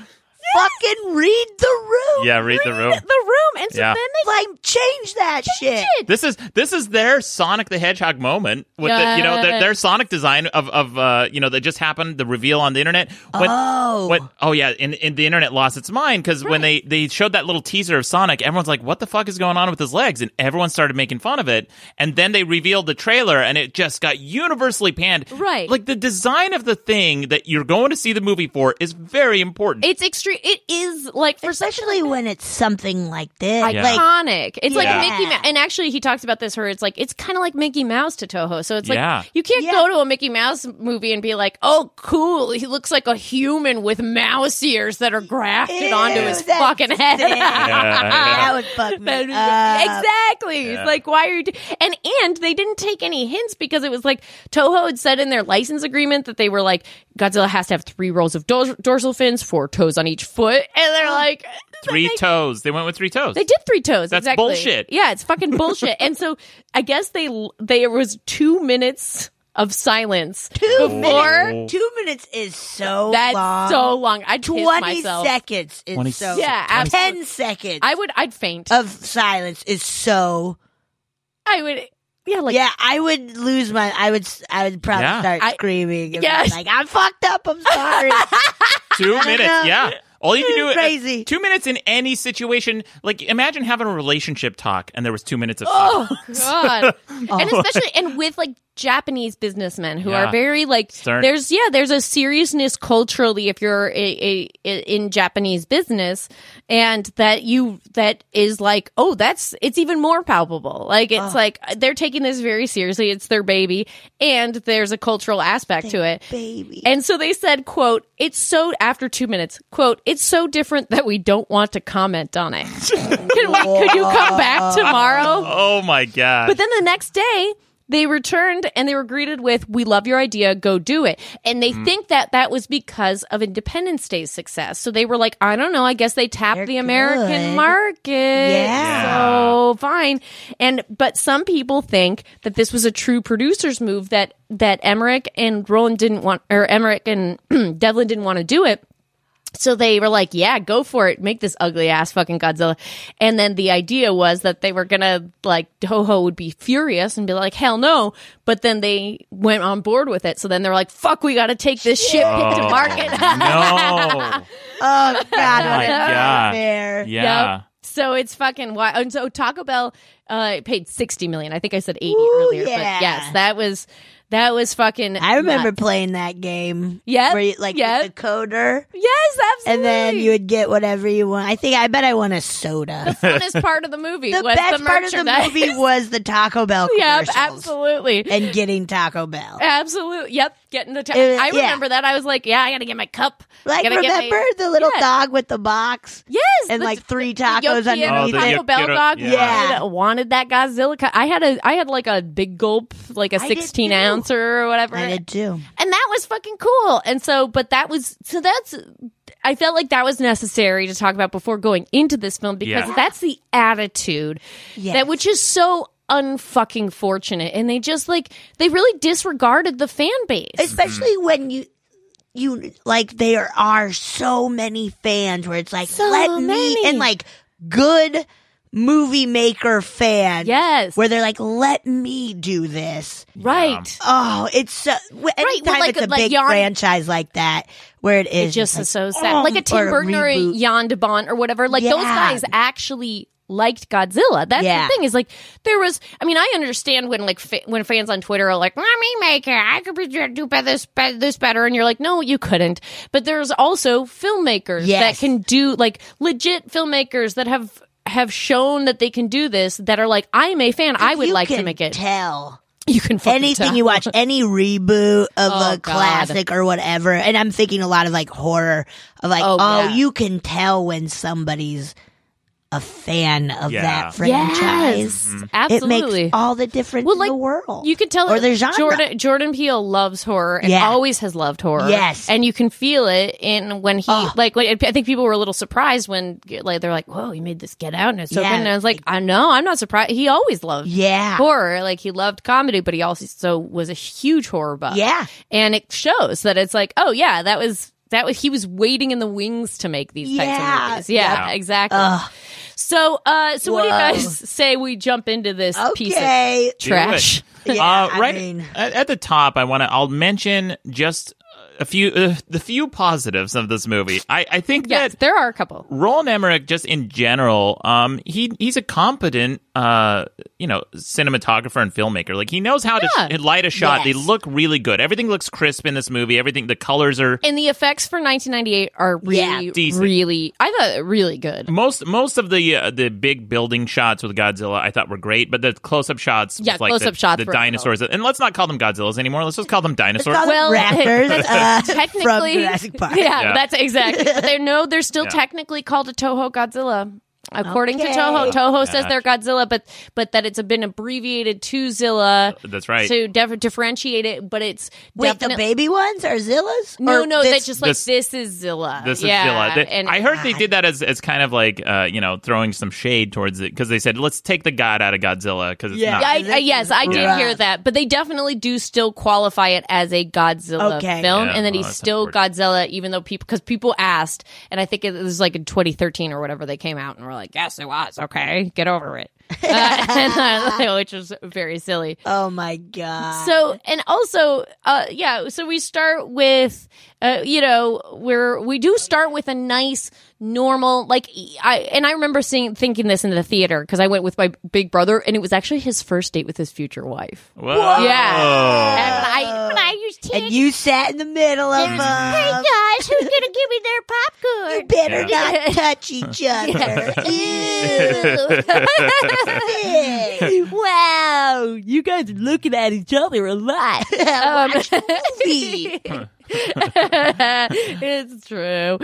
S4: fucking read the room?
S2: Yeah, read the room.
S3: the room, and so
S2: Yeah.
S3: then they
S4: Like, change that shit.
S2: This is this is their Sonic the Hedgehog moment with the, you know their, their Sonic design of of uh, you know that just happened the reveal on the internet. When,
S4: Oh.
S2: when- oh yeah, and, and the internet lost its mind because when they they showed that little teaser of Sonic, everyone's like, "What the fuck is going on with his legs?" And everyone started making fun of it. And then they revealed the trailer, and it just got universally panned.
S3: Right.
S2: like the design of the thing that you're going to see the movie for is very important.
S3: It's extreme. It is like for such
S4: Especially when it's something like this.
S3: iconic.
S2: Yeah.
S4: Like,
S3: It's
S4: Yeah.
S3: like Mickey Mouse. And actually, he talks about this where it's like it's kind of like Mickey Mouse to Toho. So it's like
S2: Yeah.
S3: you can't
S4: Yeah.
S3: go to a Mickey Mouse movie and be like, "Oh, cool, he looks like a human with mouse ears that are grafted
S4: Ew,
S3: onto his
S4: that's
S3: fucking head."
S4: sick. that
S2: yeah.
S4: would fuck me.
S3: That is-
S4: up.
S3: exactly.
S2: Yeah.
S3: It's like why are you? Do- and and they didn't take any hints because it was like Toho had said in their license agreement that they were like Godzilla has to have three rows of dors- dorsal fins, four toes on each foot, and they're like
S2: three toes. They went with three toes.
S3: They did three toes.
S2: That's
S3: exactly.
S2: bullshit.
S3: Yeah, it's fucking bullshit. and so I guess they there was two minutes of silence.
S4: Two
S2: Oh.
S3: Before-
S4: minutes. Two minutes is so
S3: That's
S4: long.
S3: so long. I'd piss
S4: Twenty
S3: myself.
S4: seconds is
S2: 20
S4: so.
S3: Yeah, absolutely.
S4: ten seconds
S3: I would. I'd faint.
S4: of silence is so.
S3: I would. Yeah, like
S4: yeah, I would lose my. I would. s- I would probably
S2: Yeah.
S4: start
S3: I-
S4: screaming. and be
S3: Yes.
S4: like I'm fucked up. I'm sorry.
S2: two minutes.
S4: know.
S2: Yeah. All you can do uh,
S4: Crazy.
S2: two minutes in any situation. Like imagine having a relationship talk and there was two minutes of
S3: Oh God! And especially and with like Japanese businessmen who
S2: Yeah.
S3: are very like
S2: Stern.
S3: there's yeah there's a seriousness culturally if you're a, a, a, in Japanese business and that you that is like oh that's it's even more palpable like it's like they're taking this very seriously it's their baby and there's a cultural aspect to it
S4: Baby.
S3: and so they said, quote, it's so after two minutes, quote, it's so different that we don't want to comment on it. Can we, could you come back tomorrow?
S2: Oh my god.
S3: But then the next day, they returned and they were greeted with, We love your idea, go do it. And they think that that was because of Independence Day's success. So they were like, I don't know, I guess they tapped the American
S4: good.
S3: market.
S4: Yeah.
S3: So fine. And, but some people think that this was a true producer's move that, that Emmerich and Roland didn't want, or Emmerich and Devlin didn't want to do it. So they were like, yeah, go for it. Make this ugly ass fucking Godzilla. And then the idea was that they were going to, like, Toho would be furious and be like, hell no. But then they went on board with it. So then they're like, fuck, we got to take this shit pick to market.
S2: no.
S4: oh
S2: my
S4: God! What a
S2: God.
S4: nightmare.
S2: Yeah.
S3: Yep. So it's fucking wild. And so Taco Bell uh, paid 60 million. I think I said 80
S4: Ooh,
S3: earlier.
S4: yeah.
S3: But yes, that was, that was fucking.
S4: I remember
S3: nuts.
S4: playing that game.
S3: Yep,
S4: Where you, like with
S3: yep.
S4: the coder,
S3: Yes,
S4: and
S3: absolutely.
S4: then you would get whatever you want. I think. I bet I want a soda.
S3: funnest part of the movie
S4: the
S3: was
S4: best
S3: the
S4: part of the
S3: merchandise.
S4: movie was the Taco Bell
S3: Yep,
S4: commercials
S3: absolutely.
S4: and getting Taco Bell.
S3: Absolutely. Yep. Getting the.
S4: It was-
S3: I
S4: yeah.
S3: remember that. I was like, yeah, I gotta get my cup. I
S4: Like
S3: gotta get my-
S4: remember the little
S3: Yeah.
S4: dog with the box
S3: Yes.
S4: and
S3: the-
S4: like three
S3: the
S4: tacos
S3: Yoki and
S2: underneath
S4: underneath
S2: Oh, the
S4: it.
S3: Taco Bell
S2: Yoki-
S3: dog.
S4: Yeah.
S3: Wanted, wanted that Godzilla. Cu- I had a. I had like a big gulp, like a
S4: did
S3: sixteen
S4: too.
S3: ouncer or whatever,
S4: I
S3: and
S4: did too.
S3: that was fucking cool. And so, but that was so that's I felt like that was necessary to talk about before going into this film because
S2: Yeah.
S3: that's the attitude
S4: Yes.
S3: that which is so unfucking fortunate and they just like they really disregarded the fan base.
S4: especially
S3: Mm-hmm.
S4: when you you like there are so many fans where it's like
S3: So
S4: let me
S3: many.
S4: and like good movie maker fan
S3: yes.
S4: where they're like let me do this
S3: right.
S4: oh it's so w- anytime
S3: like
S4: it's
S3: a-
S4: a
S3: like
S4: big
S3: yarn-
S4: franchise like that where it is
S3: It just
S4: like, oh,
S3: is so sad. Like a
S4: or
S3: Tim
S4: a
S3: Burton or a
S4: reboot.
S3: Jan de Bont or whatever. Like those
S4: Yeah.
S3: guys actually liked Godzilla. That's
S4: Yeah.
S3: the thing is like there was. I mean, I understand when like fa- when fans on Twitter are like, "Let me make it. I could be, do better, this, be- this better," and you're like, "No, you couldn't." But there's also filmmakers
S4: Yes.
S3: that can do like legit filmmakers that have have shown that they can do this. That are like, "I'm a fan. I would
S4: you
S3: like to
S4: can
S3: make it."
S4: tell
S3: you can fucking
S4: anything
S3: tell. Oh,
S4: you watch, any reboot of a
S3: God.
S4: classic or whatever, and I'm thinking a lot of like horror of like, oh,
S3: Oh, yeah.
S4: you can tell when somebody's a fan of
S2: Yeah.
S4: that franchise.
S3: Yes, absolutely.
S4: It makes all the difference
S3: Well,
S4: in the
S3: like,
S4: world.
S3: You can tell
S4: or their genre.
S3: Jordan Jordan Peele loves horror and
S4: Yeah.
S3: always has loved horror.
S4: Yes.
S3: and you can feel it in when he
S4: Oh.
S3: like, like. I think people were a little surprised when like they're like, "Whoa, he made this Get Out," and it's
S4: Yeah.
S3: open. And I was like, "I know, I'm not surprised." He always loved
S4: yeah,
S3: horror. Like he loved comedy, but he also was a huge horror buff.
S4: yeah,
S3: and it shows that it's like, oh yeah, that was that was he was waiting in the wings to make these types
S4: Yeah.
S3: of movies. Yeah,
S2: Yeah.
S3: exactly.
S4: Ugh,
S3: so, uh, so what do you
S4: Whoa.
S3: guys say we jump into this piece of
S4: okay.
S2: Do it.
S3: trash?
S4: Yeah,
S2: uh,
S4: I
S2: right
S4: mean-
S2: at, at the top, I want to. I'll mention just a few uh, the few positives of this movie. I I think
S3: Yes,
S2: that
S3: there are a couple.
S2: Roland Emmerich, just in general, um, he he's a competent, uh, you know, cinematographer and filmmaker. Like he knows how
S3: Yeah.
S2: to sh- light a shot. They
S4: Yes.
S2: look really good. Everything looks crisp in this movie. Everything, the colors are
S3: And the effects for 1998 are really,
S4: Yeah,
S2: decent.
S3: really, I thought really good.
S2: most most of the uh, the big building shots with Godzilla I thought were great, but the close up shots,
S3: Yeah,
S2: with, like
S3: close-up
S2: the,
S3: shots
S2: the
S3: were
S2: dinosaurs, and let's not call them Godzillas anymore. Let's just call them dinosaurs.
S4: Call them
S3: Well,
S4: raptors uh,
S3: Technically,
S4: from Jurassic Park.
S3: Yeah,
S2: Yeah.
S3: that's exactly. But they know they're still
S2: Yeah.
S3: technically called a Toho Godzilla. According
S4: Okay.
S3: to Toho, Toho says
S2: Gotcha.
S3: they're Godzilla, but but that it's been abbreviated to Zilla
S2: That's Uh, right.
S3: to def- differentiate it. But it's
S4: Wait,
S3: definitely
S4: the baby ones or Zillas?
S3: no,
S4: Or
S3: no.
S4: this-
S3: That's just like
S2: this-
S3: this, is Zilla.
S2: This
S3: yeah,
S2: is Zilla. They-
S3: and-
S2: I heard they did that as, as kind of like, uh, you know, throwing some shade towards it because they said, let's take the god out of Godzilla because it's
S4: Yeah.
S2: not.
S3: Yeah, I, I, yes, I did
S4: Right.
S3: hear that, but they definitely do still qualify it as a Godzilla
S4: Okay.
S3: film,
S2: Yeah,
S3: and then
S2: well,
S3: he's
S2: that's
S3: still
S2: important.
S3: Godzilla, even though people because people asked, and I think it was like in 2013 or whatever they came out and were like, "Yes, it was okay, get over it," uh, and, uh, which was very silly.
S4: Oh my god.
S3: So and also, uh, yeah. So we start with, uh, you know, where we do start with a nice, normal, like e, I and I remember seeing thinking this in the theater because I went with my big brother and it was actually his first date with his future wife.
S2: Whoa.
S3: Yeah. And I, when I used to,
S4: Oh. and you sat in the middle of them.
S3: guys, who's gonna give me their
S4: You
S3: popcorn?
S4: better
S3: Yeah.
S4: not touch each other. Ew.
S3: wow, you guys are looking at each other a lot. Um,
S4: Watch movie.
S3: it's true. and,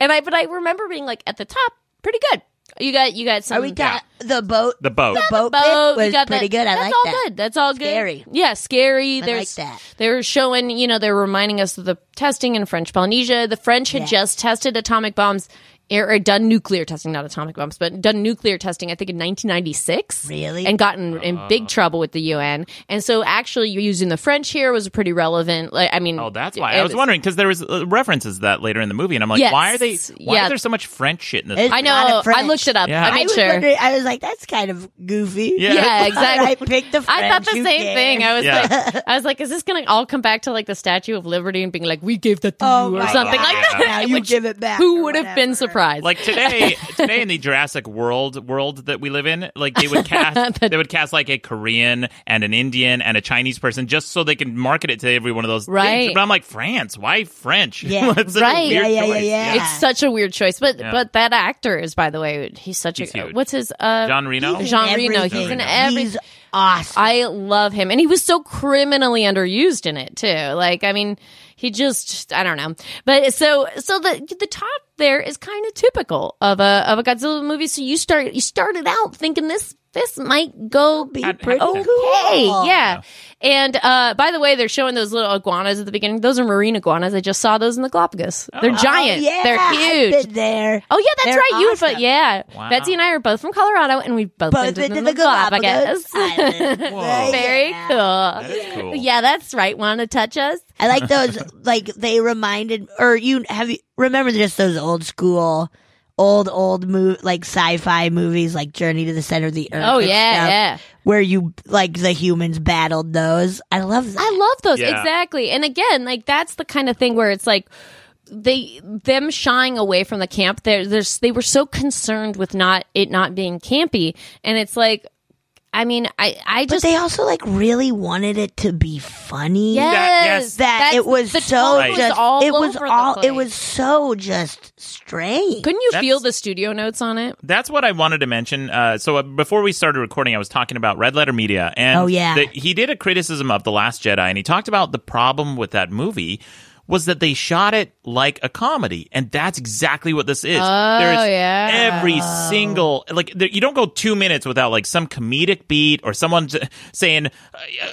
S3: and I, but I remember being like at the top, pretty good. You got, you got some.
S4: Are we got the boat?
S2: The boat.
S4: boat,
S3: boat.
S4: bit
S3: you
S4: was
S3: got
S4: pretty
S3: that-
S4: good. I
S3: That's
S4: like
S3: all
S4: that.
S3: good. That's all good.
S4: Scary.
S3: Yeah, scary.
S4: I
S3: There's
S4: like that.
S3: they were showing, you know, they were reminding us of the testing in French Polynesia. The French had
S4: Yeah.
S3: just tested atomic bombs or or done nuclear testing, not atomic bombs, but done nuclear testing, I think in 1996.
S4: Really?
S3: And gotten in
S2: Uh.
S3: big trouble with the UN. And so actually using the French here was pretty relevant. Like, I mean.
S2: Oh, that's why
S3: it
S2: I was wondering because there was uh, references to that later in the movie, and I'm like,
S3: Yes.
S2: why are they? Why
S3: Yeah.
S2: is there so much French shit in this?
S4: It's-
S2: movie?
S3: I
S4: Not
S3: know.
S4: in
S3: I
S4: French.
S3: looked it up.
S2: Yeah.
S3: I
S4: I
S3: made
S4: was
S3: sure.
S4: wondering- I was like, that's kind of goofy.
S2: Yeah.
S3: Yeah,
S4: But
S3: exactly.
S4: I picked the French.
S3: I thought the
S4: who
S3: same
S4: cares?
S3: thing. I was
S2: Yeah.
S3: like, I was like, is this going to all come back to like the Statue of Liberty and being like, we gave that to
S4: Oh
S3: you or
S4: my
S3: something
S2: God.
S3: like that?
S4: now you
S3: Which-
S4: give it back.
S3: who
S4: or
S3: would have been
S4: whatever.
S3: surprised?
S2: like today, today in the Jurassic World world that we live in, like they would cast, they would cast like a Korean and an Indian and a Chinese person just so they can market it to every one of those. things.
S3: Right.
S2: But I'm like France. Why French?
S4: Yeah.
S2: It's such a
S3: Right.
S2: weird
S4: Yeah, yeah, yeah,
S2: choice.
S4: yeah.
S3: it's such a weird choice, but
S2: Yeah.
S3: but that actor is, by the way, he's such
S2: He's
S3: a
S2: huge.
S3: what's his uh
S2: John Reno.
S4: He's in
S3: Jean Reno.
S4: everything.
S3: He's in every-
S4: He's awesome.
S3: I love him, and he was so criminally underused in it too. Like, I mean, he just I don't know, but so so the the top there is kind of typical of a of a Godzilla movie. So you start you started out thinking this this might go be
S4: Be
S2: I'd-
S4: pretty
S2: I'd-
S4: cool.
S3: okay, yeah, And uh, by the way, they're showing those little iguanas at the beginning. Those are marine iguanas. I just saw those in the Galapagos. They're giant.
S4: Oh, yeah,
S3: they're
S4: I've
S3: huge.
S4: been there.
S3: Oh yeah, that's
S4: They're
S3: right. You,
S4: awesome.
S3: but yeah,
S2: Wow.
S3: Betsy and I are both from Colorado, and we've both,
S4: Both
S3: been
S4: been
S3: to
S4: to
S3: the
S4: the Galapagos
S3: Galapagos.
S4: Islands.
S2: Whoa.
S3: Very
S4: Yeah.
S2: That
S3: cool.
S2: is cool.
S3: Yeah, that's right. Want to touch us?
S4: I like those. like they reminded, or you have you remember just those old school, old old move like sci-fi movies like Journey to the Center of the Earth.
S3: Oh
S4: and
S3: yeah,
S4: stuff,
S3: yeah.
S4: where you like the humans battled those. I love that.
S3: I love those
S2: Yeah.
S3: exactly. And again, like that's the kind of thing where it's like they them shying away from the camp. They're, there's they were so concerned with not it not being campy, and it's like, I mean, I I
S4: but
S3: just
S4: they also like really wanted it to be funny.
S3: yes
S2: yes,
S4: that
S3: That's-
S4: it was
S3: the
S4: so
S3: tone was
S4: just
S3: all
S4: it was
S3: over the
S4: all it
S3: place.
S4: was so just strange.
S3: Couldn't you
S2: That's-
S3: feel the studio notes on it?
S2: That's what I wanted to mention. Uh, so uh, before we started recording, I was talking about Red Letter Media, and
S4: Oh, yeah.
S2: the- he did a criticism of the Last Jedi, and he talked about the problem with that movie was that they shot it like a comedy, and that's exactly what this is.
S3: Oh, yeah.
S2: every single like there, you don't go two minutes without like some comedic beat or someone j- saying, uh,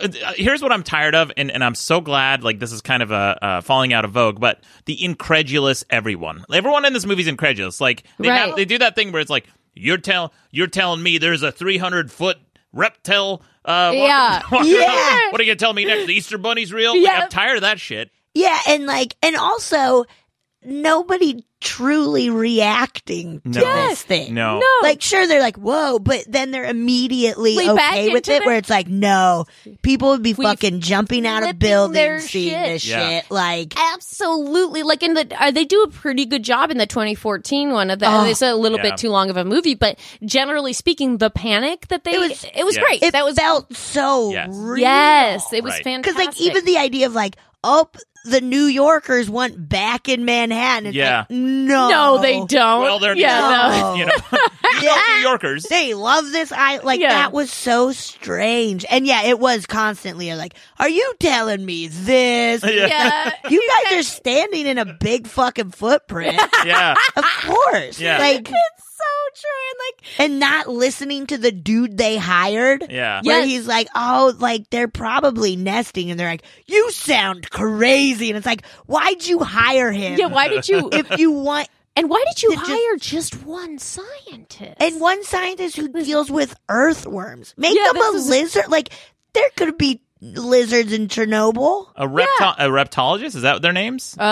S2: uh, "Here's what I'm tired of," and, and I'm so glad like this is kind of a uh, falling out of vogue, but the incredulous everyone, everyone in this movie's incredulous, like. They,
S3: Right.
S2: have- they do that thing where it's like you're tell you're telling me there's a 300 foot reptile. Uh, walking-
S3: Yeah.
S2: walking
S4: Yeah.
S2: around. What are you gonna tell me next? The Easter Bunny's real. Like,
S3: Yeah.
S2: I'm tired of that shit.
S4: Yeah, and like, and also, nobody truly reacting to
S2: No.
S4: this
S2: Yes.
S4: thing.
S2: No.
S3: No.
S4: Like, sure, they're like, whoa, but then they're immediately
S3: Like, back
S4: okay with
S3: into
S4: it,
S3: the-
S4: where it's like, no, people would be
S3: We
S4: fucking jumping out of
S3: flipping their
S4: buildings seeing
S3: shit.
S4: this
S2: Yeah.
S4: shit. Like,
S3: Absolutely. Like in the, uh, they do a pretty good job in the 2014 one. Of the,
S4: Oh.
S3: it's a little
S2: Yeah.
S3: bit too long of a movie, but generally speaking, the panic that they
S4: It
S3: it
S4: was-
S3: was,
S2: Yes.
S3: great.
S4: it
S3: that was
S4: felt so
S2: Yes.
S4: real.
S3: yes, it was
S2: Right.
S3: fantastic.
S4: because like even the idea of like, oh, the New Yorkers want back in Manhattan. It's
S2: Yeah.
S4: like, no,
S3: no, they
S4: Oh.
S3: don't.
S2: Well, they're
S3: yeah,
S4: no.
S2: you know, you know New Yorkers.
S4: They love this. I like
S3: Yeah.
S4: that was so strange, and yeah, it was constantly like, "Are you telling me this?
S3: no.
S2: Yeah.
S3: yeah.
S4: You guys are standing in a big fucking footprint,
S2: Yeah,
S4: of course.
S2: Yeah.
S4: Like,
S3: It's so true.
S4: and not listening to the dude they hired."
S2: yeah.
S3: Yeah.
S4: Where
S3: Yes.
S4: he's like, oh, like they're probably nesting, and they're like, you sound crazy, and it's like, why'd you hire him?
S3: And like, yeah. Why did you?
S4: if you want
S3: and why did you
S4: It just-
S3: hire just, one scientist?
S4: and one scientist who deals with earthworms. Make
S3: Yeah,
S4: them a
S3: this is-
S4: lizard. Like there could be lizards in Chernobyl.
S2: A reptile, a reptologist. Is that their names?
S3: uh,
S4: oh,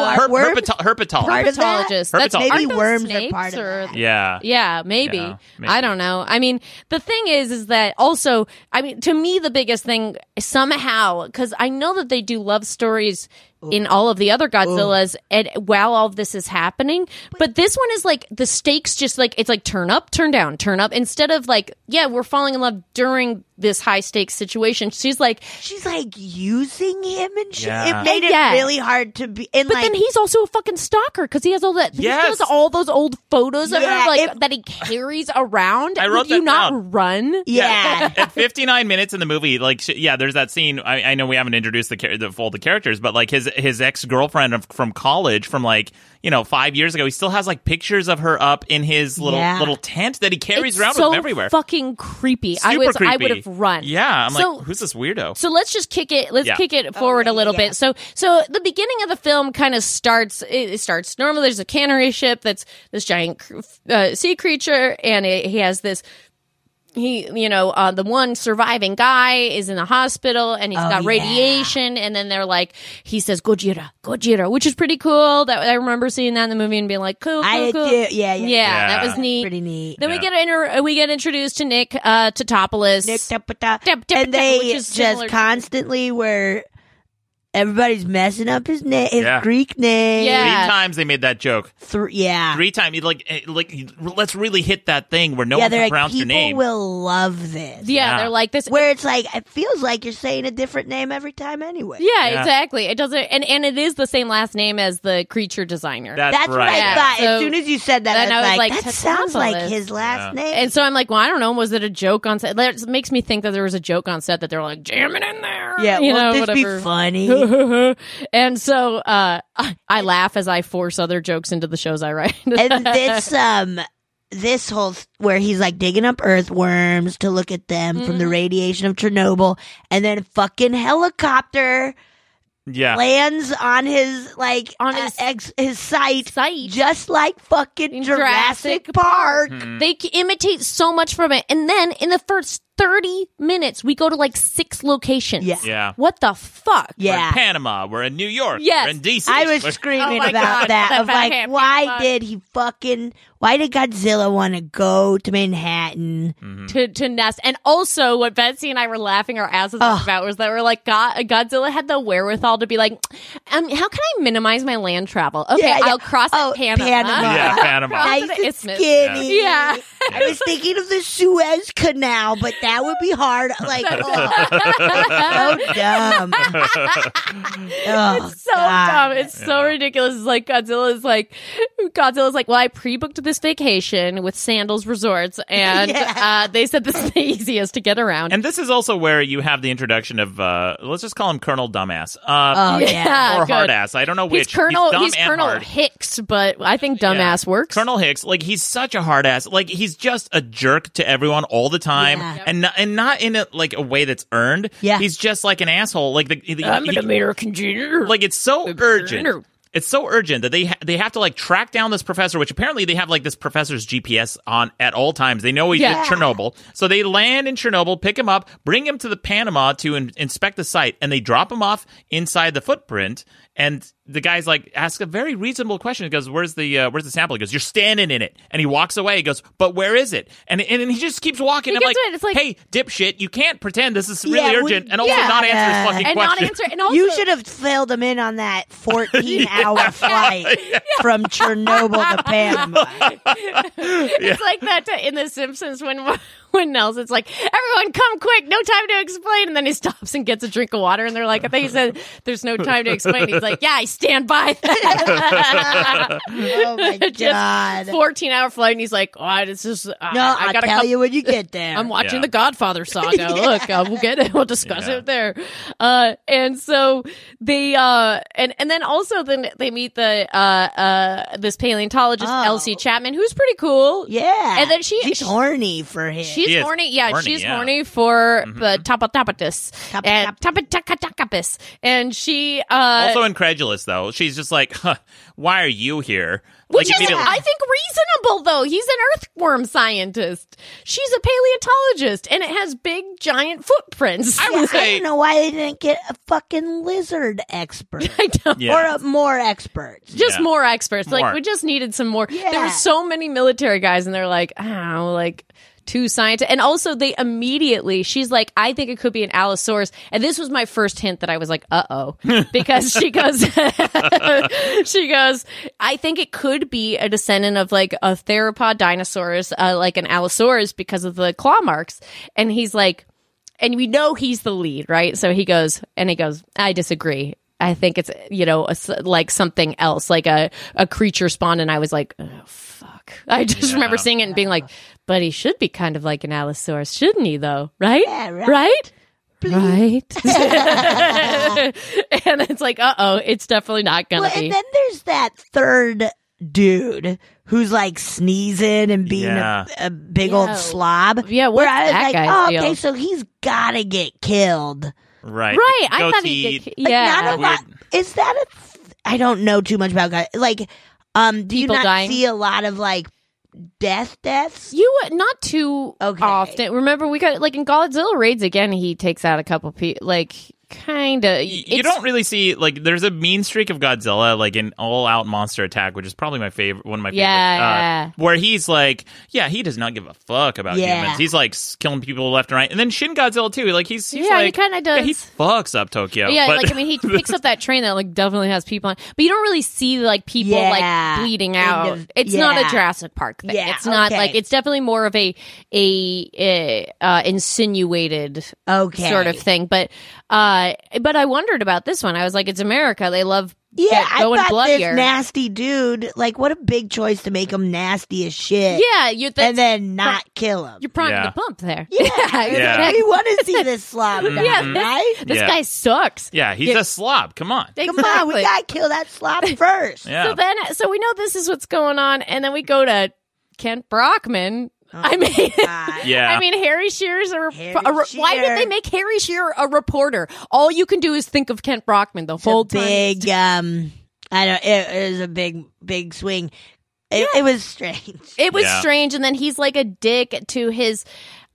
S3: oh,
S4: are
S2: Herp-
S4: worms
S2: herpetol- herpetologist.
S4: part of that?
S3: herpetologist.
S2: Herpetol-
S3: That's aren't
S4: Maybe
S3: those
S4: worms are
S3: snakes
S4: part of
S3: or-
S4: that.
S2: yeah.
S3: Yeah, maybe.
S2: Yeah, maybe.
S3: I don't know. I mean, the thing is, is that also, I mean, to me, the biggest thing somehow, because I know that they do love stories in all of the other Godzillas and while all of this is happening, but this one is like the stakes just like, it's like turn up, turn down, turn up. Instead of like, yeah, we're falling in love during this high stakes situation, she's like,
S4: She's like using him and shit.
S2: Yeah.
S4: It made it
S3: Yeah.
S4: really hard to be. And
S3: but
S4: like,
S3: then he's also a fucking stalker because he has all that. He
S2: Yes.
S3: does all those old photos of
S4: Yeah,
S3: her, like
S4: if-
S3: that he carries around.
S2: I wrote
S3: Would you
S2: that
S3: not
S2: down.
S3: run?
S4: yeah,
S2: At 59 minutes in the movie, like, sh- yeah, there's that scene. I, I know we haven't introduced the, char- the full the characters, but like his his ex girlfriend from college from like you know five years ago, he still has like pictures of her up in his little
S4: Yeah.
S2: little tent that he carries
S3: It's
S2: around
S3: so
S2: with him everywhere.
S3: Fucking creepy. I
S2: Super
S3: was I
S2: creepy.
S3: would have run.
S2: Yeah, I'm
S3: so,
S2: like, who's this weirdo?
S3: so let's just kick it. Let's
S2: Yeah.
S3: kick it forward
S4: Oh,
S3: a
S4: yeah,
S3: little
S4: yeah, yeah.
S3: bit. So, so the beginning of the film kind of starts. It it starts normal. There's a cannery ship that's this giant cr- uh, sea creature, and it, he has this. He, you know, uh, the one surviving guy is in the hospital, and he's
S4: Oh,
S3: got
S4: yeah.
S3: radiation. And then they're like, he says Gojira, Gojira, which is pretty cool. That I remember seeing that in the movie and being like, cool, cool,
S4: I
S3: cool.
S4: do. Yeah, yeah,
S3: yeah,
S2: Yeah.
S3: that was neat.
S4: pretty neat.
S3: Then we
S2: Yeah.
S3: get inter- we get introduced to Nick uh, Totopoulos.
S4: Nick Tapata.
S3: Tap- tap-
S4: and
S3: tap,
S4: they
S3: which is
S4: just
S3: similar-
S4: constantly were. Everybody's messing up his name, his
S2: Yeah.
S4: Greek name.
S2: Three
S3: Yeah.
S2: times they made that joke.
S4: Thr- yeah.
S2: Three times, like, eh, like, let's really hit that thing where no
S4: yeah,
S2: one
S4: they're
S2: can
S4: like,
S2: pronounce
S4: people
S2: your name.
S4: will love this.
S3: yeah,
S2: Yeah.
S3: they're like this.
S4: Where it's like, it feels like you're saying a different name every time anyway.
S3: yeah,
S2: Yeah.
S3: exactly. It doesn't, and and it is the same last name as the creature designer.
S2: That's,
S4: That's, what
S2: right.
S4: I
S3: Yeah.
S4: thought. as
S3: So-
S4: soon as you said that, I was,
S3: Then I was
S4: like,
S3: like,
S4: that
S3: Tatopoulos.
S4: sounds like his last name.
S3: and so I'm like, well, I don't know. Was it a joke on set? That makes me think that there was a joke on set that they're like jamming in there.
S4: yeah,
S3: you
S4: won't
S3: know,
S4: this
S3: whatever.
S4: be funny?
S3: and so uh, I, I laugh as I force other jokes into the shows I write.
S4: and this um this whole th- where he's like digging up earthworms to look at them from
S3: Mm-hmm.
S4: the radiation of Chernobyl, and then fucking helicopter
S2: Yeah.
S4: lands on his like
S3: On
S4: uh,
S3: his-
S4: ex- his site,
S3: Site.
S4: just like fucking
S3: In
S4: Jurassic,
S3: Jurassic
S4: Park.
S3: They c- imitate so much from it. And then in the first 30 minutes, we go to like six locations.
S4: Yeah.
S2: Yeah. Mm.
S3: What the fuck?
S2: We're in
S4: Yeah,
S2: Panama. We're in New York.
S3: Yes.
S2: We're in DC.
S4: I was
S2: We're-
S3: Oh
S4: screaming
S3: my
S4: about
S3: God,
S4: that
S3: that
S4: of
S3: fat
S4: like,
S3: happy
S4: why
S3: fuck.
S4: did he fucking? Why did Godzilla want to go to Manhattan?
S3: To, to nest. And also, what Betsy and I were laughing our asses off
S4: Ugh.
S3: about was that we're like, God, Godzilla had the wherewithal to be like, um, how can I minimize my land travel? Okay,
S4: Yeah, yeah.
S3: I'll cross
S4: Oh,
S3: at Panama.
S4: Panama.
S2: yeah, Panama.
S3: Cross
S4: Nice
S3: at the
S4: and
S3: isthmus.
S4: skinny.
S3: Yeah.
S4: I was thinking of the Suez Canal, but that would be hard. Like, oh, so dumb. Oh,
S3: so
S4: God.
S3: dumb. It's so ridiculous. It's like Godzilla's like Godzilla's like, well, I pre-booked this vacation with Sandals Resorts, and
S4: Yeah.
S3: uh, they said this is the easiest to get around.
S2: And this is also where you have the introduction of uh, let's just call him Colonel Dumbass. Uh,
S4: Oh yeah.
S2: or
S3: good.
S2: hard ass. I don't know
S3: He's
S2: which.
S3: Colonel.
S2: dumb
S3: He's
S2: and
S3: Colonel
S2: hard.
S3: Hicks, but I think
S2: Yeah.
S3: dumbass works.
S2: Colonel Hicks, like he's such a hard ass. Like he's just a jerk to everyone all the time,
S4: Yeah.
S2: and not, and not in a, like a way that's earned.
S4: Yeah.
S2: he's just like an asshole. Like the, the he-
S3: American junior.
S2: like it's so
S3: Turner.
S2: urgent. It's so urgent that they ha- they have to like track down this professor, which apparently they have like this professor's GPS on at all times. They know he's
S3: Yeah.
S2: in Chernobyl, so they land in Chernobyl, pick him up, bring him to the Panama to in- inspect the site, and they drop him off inside the footprint. And the guy's like, asks a very reasonable question. He goes, "Where's the uh, where's the sample?" He goes, "You're standing in it." And he walks away. He goes, "But where is it?" And and, and he just keeps walking.
S3: He
S2: I'm
S3: gets
S2: like,
S3: it. It's like-
S2: "Hey, dipshit, you can't pretend this is really
S4: Yeah, we-
S2: urgent and also
S3: yeah.
S2: not answer this fucking
S3: and
S2: question."
S3: not answer. And also,
S4: you should have filled him in on that 14 hour flight from Chernobyl to Panama.
S3: It's like that to, in The Simpsons when when Nelson's like, "Everyone, come quick! No time to explain." And then he stops and gets a drink of water, and they're like, "I think he said there's no time to explain." He's like, "Yeah, I stand by." that."
S4: Oh my God.
S3: Just fourteen hour flight, and he's like, "Oh, it's just I,
S4: no,
S3: I
S4: I'll
S3: gotta
S4: tell
S3: come-
S4: you when you get there.
S3: I'm watching
S2: Yeah.
S3: The Godfather saga. Look, uh, we'll get it. We'll discuss
S2: Yeah.
S3: it there. Uh, and so they, uh, and and then also then they meet the uh, uh, this paleontologist
S4: Oh.
S3: Elsie Chapman, who's pretty cool.
S4: yeah.
S3: And then she-
S4: she's
S3: she-
S4: horny for him.
S3: She's
S2: She is
S3: horny. Yeah,
S2: horny,
S3: she's
S2: yeah. Mm-hmm.
S3: horny for the tapatapatus
S4: Tapa-
S3: and tapatacatacapis. And she uh
S2: also incredulous though. She's just like, huh, "Why are you here?"
S3: which
S2: like
S3: is I think reasonable though. He's an earthworm scientist. She's a paleontologist and it has big giant footprints.
S2: I
S4: Yeah,
S2: would
S4: I
S2: say,
S4: don't know why they didn't get a fucking lizard expert
S3: I don't-
S2: yeah,
S4: or a more expert.
S3: Just
S2: Yeah.
S3: more experts.
S2: More.
S3: Like we just needed some more. There
S4: Yeah.
S3: were so many military guys, and they're like, oh, like two scientists. And also, they immediately she's like, I think it could be an allosaurus. And this was my first hint that I was like, uh oh, because she goes, she goes, I think it could be a descendant of like a theropod dinosaurus, uh, like an allosaurus because of the claw marks. And he's like and we know he's the lead, right? So he goes and he goes, I disagree. I think it's you know a s like something else, like a a creature spawned, and I was like, oh, fuck. I just remember seeing it and being like, but he should be kind of like an allosaurus, shouldn't he? Though, right?
S4: Yeah, right.
S3: right. Right. and it's like, uh oh, it's definitely not gonna
S4: Well,
S3: be.
S4: and then there's that third dude who's like sneezing and being
S2: Yeah.
S4: a, a big old
S3: Yeah.
S4: slob.
S3: Yeah,
S4: where
S3: what's
S4: I was
S3: that
S4: like,
S3: guy's
S4: oh,
S3: deal?"
S4: okay, so he's gotta get killed.
S2: right,
S3: right. I thought
S2: Goatee.
S3: he did.
S4: Like,
S3: Yeah.
S4: not a lot. Is that a? th- I don't know too much about guys. Like, um, do you
S3: People
S4: not
S3: dying?
S4: see a lot of like death deaths?
S3: You not too
S4: Okay.
S3: often. Remember, we got like in Godzilla raids again. He takes out a couple people. Like kind of.
S2: Y- You don't really see like there's a mean streak of Godzilla like an all out monster attack, which is probably my favorite one of my favorites.
S3: Yeah.
S2: Uh, where he's like, yeah, he does not give a fuck about
S4: Yeah.
S2: humans. He's like s- killing people left and right, and then Shin Godzilla too. Like he's, he's
S3: Yeah, he
S2: like-
S3: kinda
S2: yeah, he
S3: does.
S2: fucks up Tokyo.
S3: yeah,
S2: but-
S3: like I mean, he picks up that train that like definitely has people on, but you don't really see like people
S4: Yeah.
S3: like bleeding
S4: Kind
S3: out.
S4: of-
S3: it's not
S4: yeah.
S3: a Jurassic Park thing.
S4: Yeah,
S3: it's not
S4: okay.
S3: like it's definitely more of a a, a uh, insinuated
S4: Okay,
S3: sort of thing. But uh, but I wondered about this one. I was like, it's America. They love
S4: Yeah,
S3: get-
S4: I
S3: going
S4: thought this
S3: bloodier.
S4: nasty dude. Like, what a big choice to make him nasty as shit.
S3: yeah, you
S4: and then not kill him.
S3: You're priming
S2: Yeah.
S3: the pump there.
S4: Yeah,
S2: Yeah.
S4: we want to see this slob die,
S3: Yeah, this-
S4: right?
S3: This
S2: Yeah.
S3: guy sucks.
S2: yeah, he's a slob. Come on.
S4: Come on, we
S3: Exactly.
S4: gotta kill that slob first.
S2: Yeah.
S3: So then, so we know this is what's going on, and then we go to Kent Brockman.
S4: Oh,
S3: I mean,
S4: God.
S2: Yeah.
S3: I mean, Harry Shearer's a, rep-
S4: Harry
S3: a re- why
S4: Shearer.
S3: did they make Harry Shearer a reporter? All you can do is think of Kent Brockman the
S4: It's a
S3: whole time.
S4: big um I don't it, it was a big big swing. It, it was strange.
S3: It was
S2: Yeah.
S3: strange, and then he's like a dick to his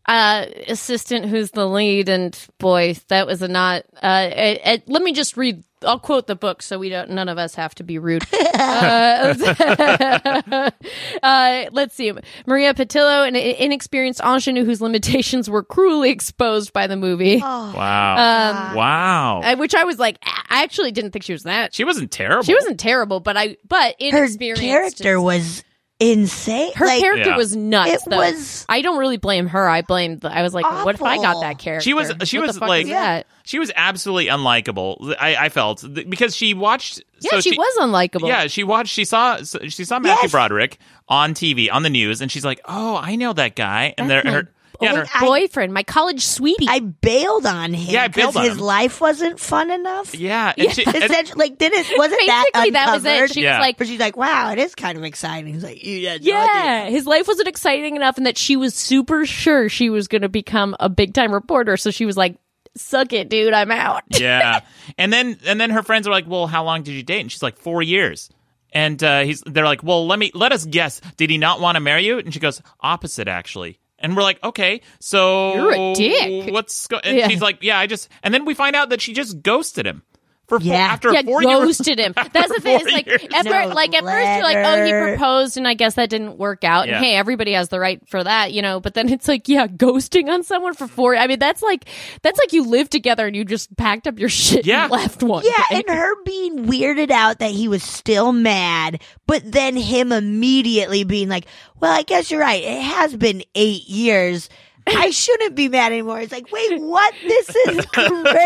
S3: uh assistant who's the lead and boy that was a not uh it, it- let me just read i'll quote the book so we don't none of us have to be rude uh, uh, let's see maria patillo an inexperienced ingenue whose limitations were cruelly exposed by the movie
S4: Oh,
S2: Wow.
S3: um
S2: wow.
S3: I- which i was like i actually didn't think she was that
S2: she wasn't terrible.
S3: she wasn't terrible but i but
S4: her
S3: inexperienced
S4: character was insane.
S3: her
S4: like,
S3: character
S2: Yeah.
S3: was nuts.
S4: It
S3: though.
S4: was
S3: I don't really blame her. I blamed. The, I was like, what if I got
S4: awful.
S3: that character?
S2: She was- she
S3: What the
S2: was
S3: fuck
S2: like-
S3: that?
S2: She was absolutely unlikable. I, I felt Th- because she watched.
S3: Yeah,
S2: so
S3: she, was unlikable.
S2: Yeah, she watched. She saw. She saw Matthew
S4: Yes.
S2: Broderick on TV on the news, and she's like, "Oh, I know that guy." And they're
S3: That's my
S2: her. Yeah, and
S3: old
S2: her,
S4: I-
S3: boyfriend, my college sweetie.
S4: I bailed on him
S2: Yeah, I bailed on
S4: his
S2: him.
S4: life wasn't fun enough.
S2: yeah, and she, and-
S4: Essentially, like didn't wasn't that
S3: Basically, that was it.
S4: uncovered?
S3: She
S2: Yeah.
S3: was like,
S4: but she's like, wow, it is kind of exciting. He's like, you had no idea.
S3: yeah, his life wasn't exciting enough, and that she was super sure she was going to become a big time reporter. So she was like, "Suck it, dude, I'm out."
S2: yeah. And then and then her friends are like, "Well, how long did you date?" And she's like, four years." And uh, he's they're like, "Well, let me let us guess. Did he not want to marry you?" And she goes, "Opposite, actually." And we're like, "Okay, so
S3: You're a dick."
S2: What's go-? and
S3: Yeah.
S2: she's like, "Yeah, I just." And then we find out that she just ghosted him for four,
S4: Yeah.
S2: after
S3: yeah,
S2: four years.
S3: ghosted him. That's the thing.
S2: four
S3: It's like
S2: years.
S3: at fir-
S4: No
S3: like at first you're like, oh, he
S4: letter.
S3: proposed, and I guess that didn't work out.
S2: Yeah.
S3: And hey, everybody has the right for that, you know. But then it's like, yeah, ghosting on someone for four. I mean, that's like that's like you live together and you just packed up your shit
S2: Yeah.
S3: and left one.
S4: Yeah,
S3: day.
S4: and her being weirded out that he was still mad, but then him immediately being like, "Well, I guess you're right. It has been eight years. I shouldn't be mad anymore." It's like, wait, what? This is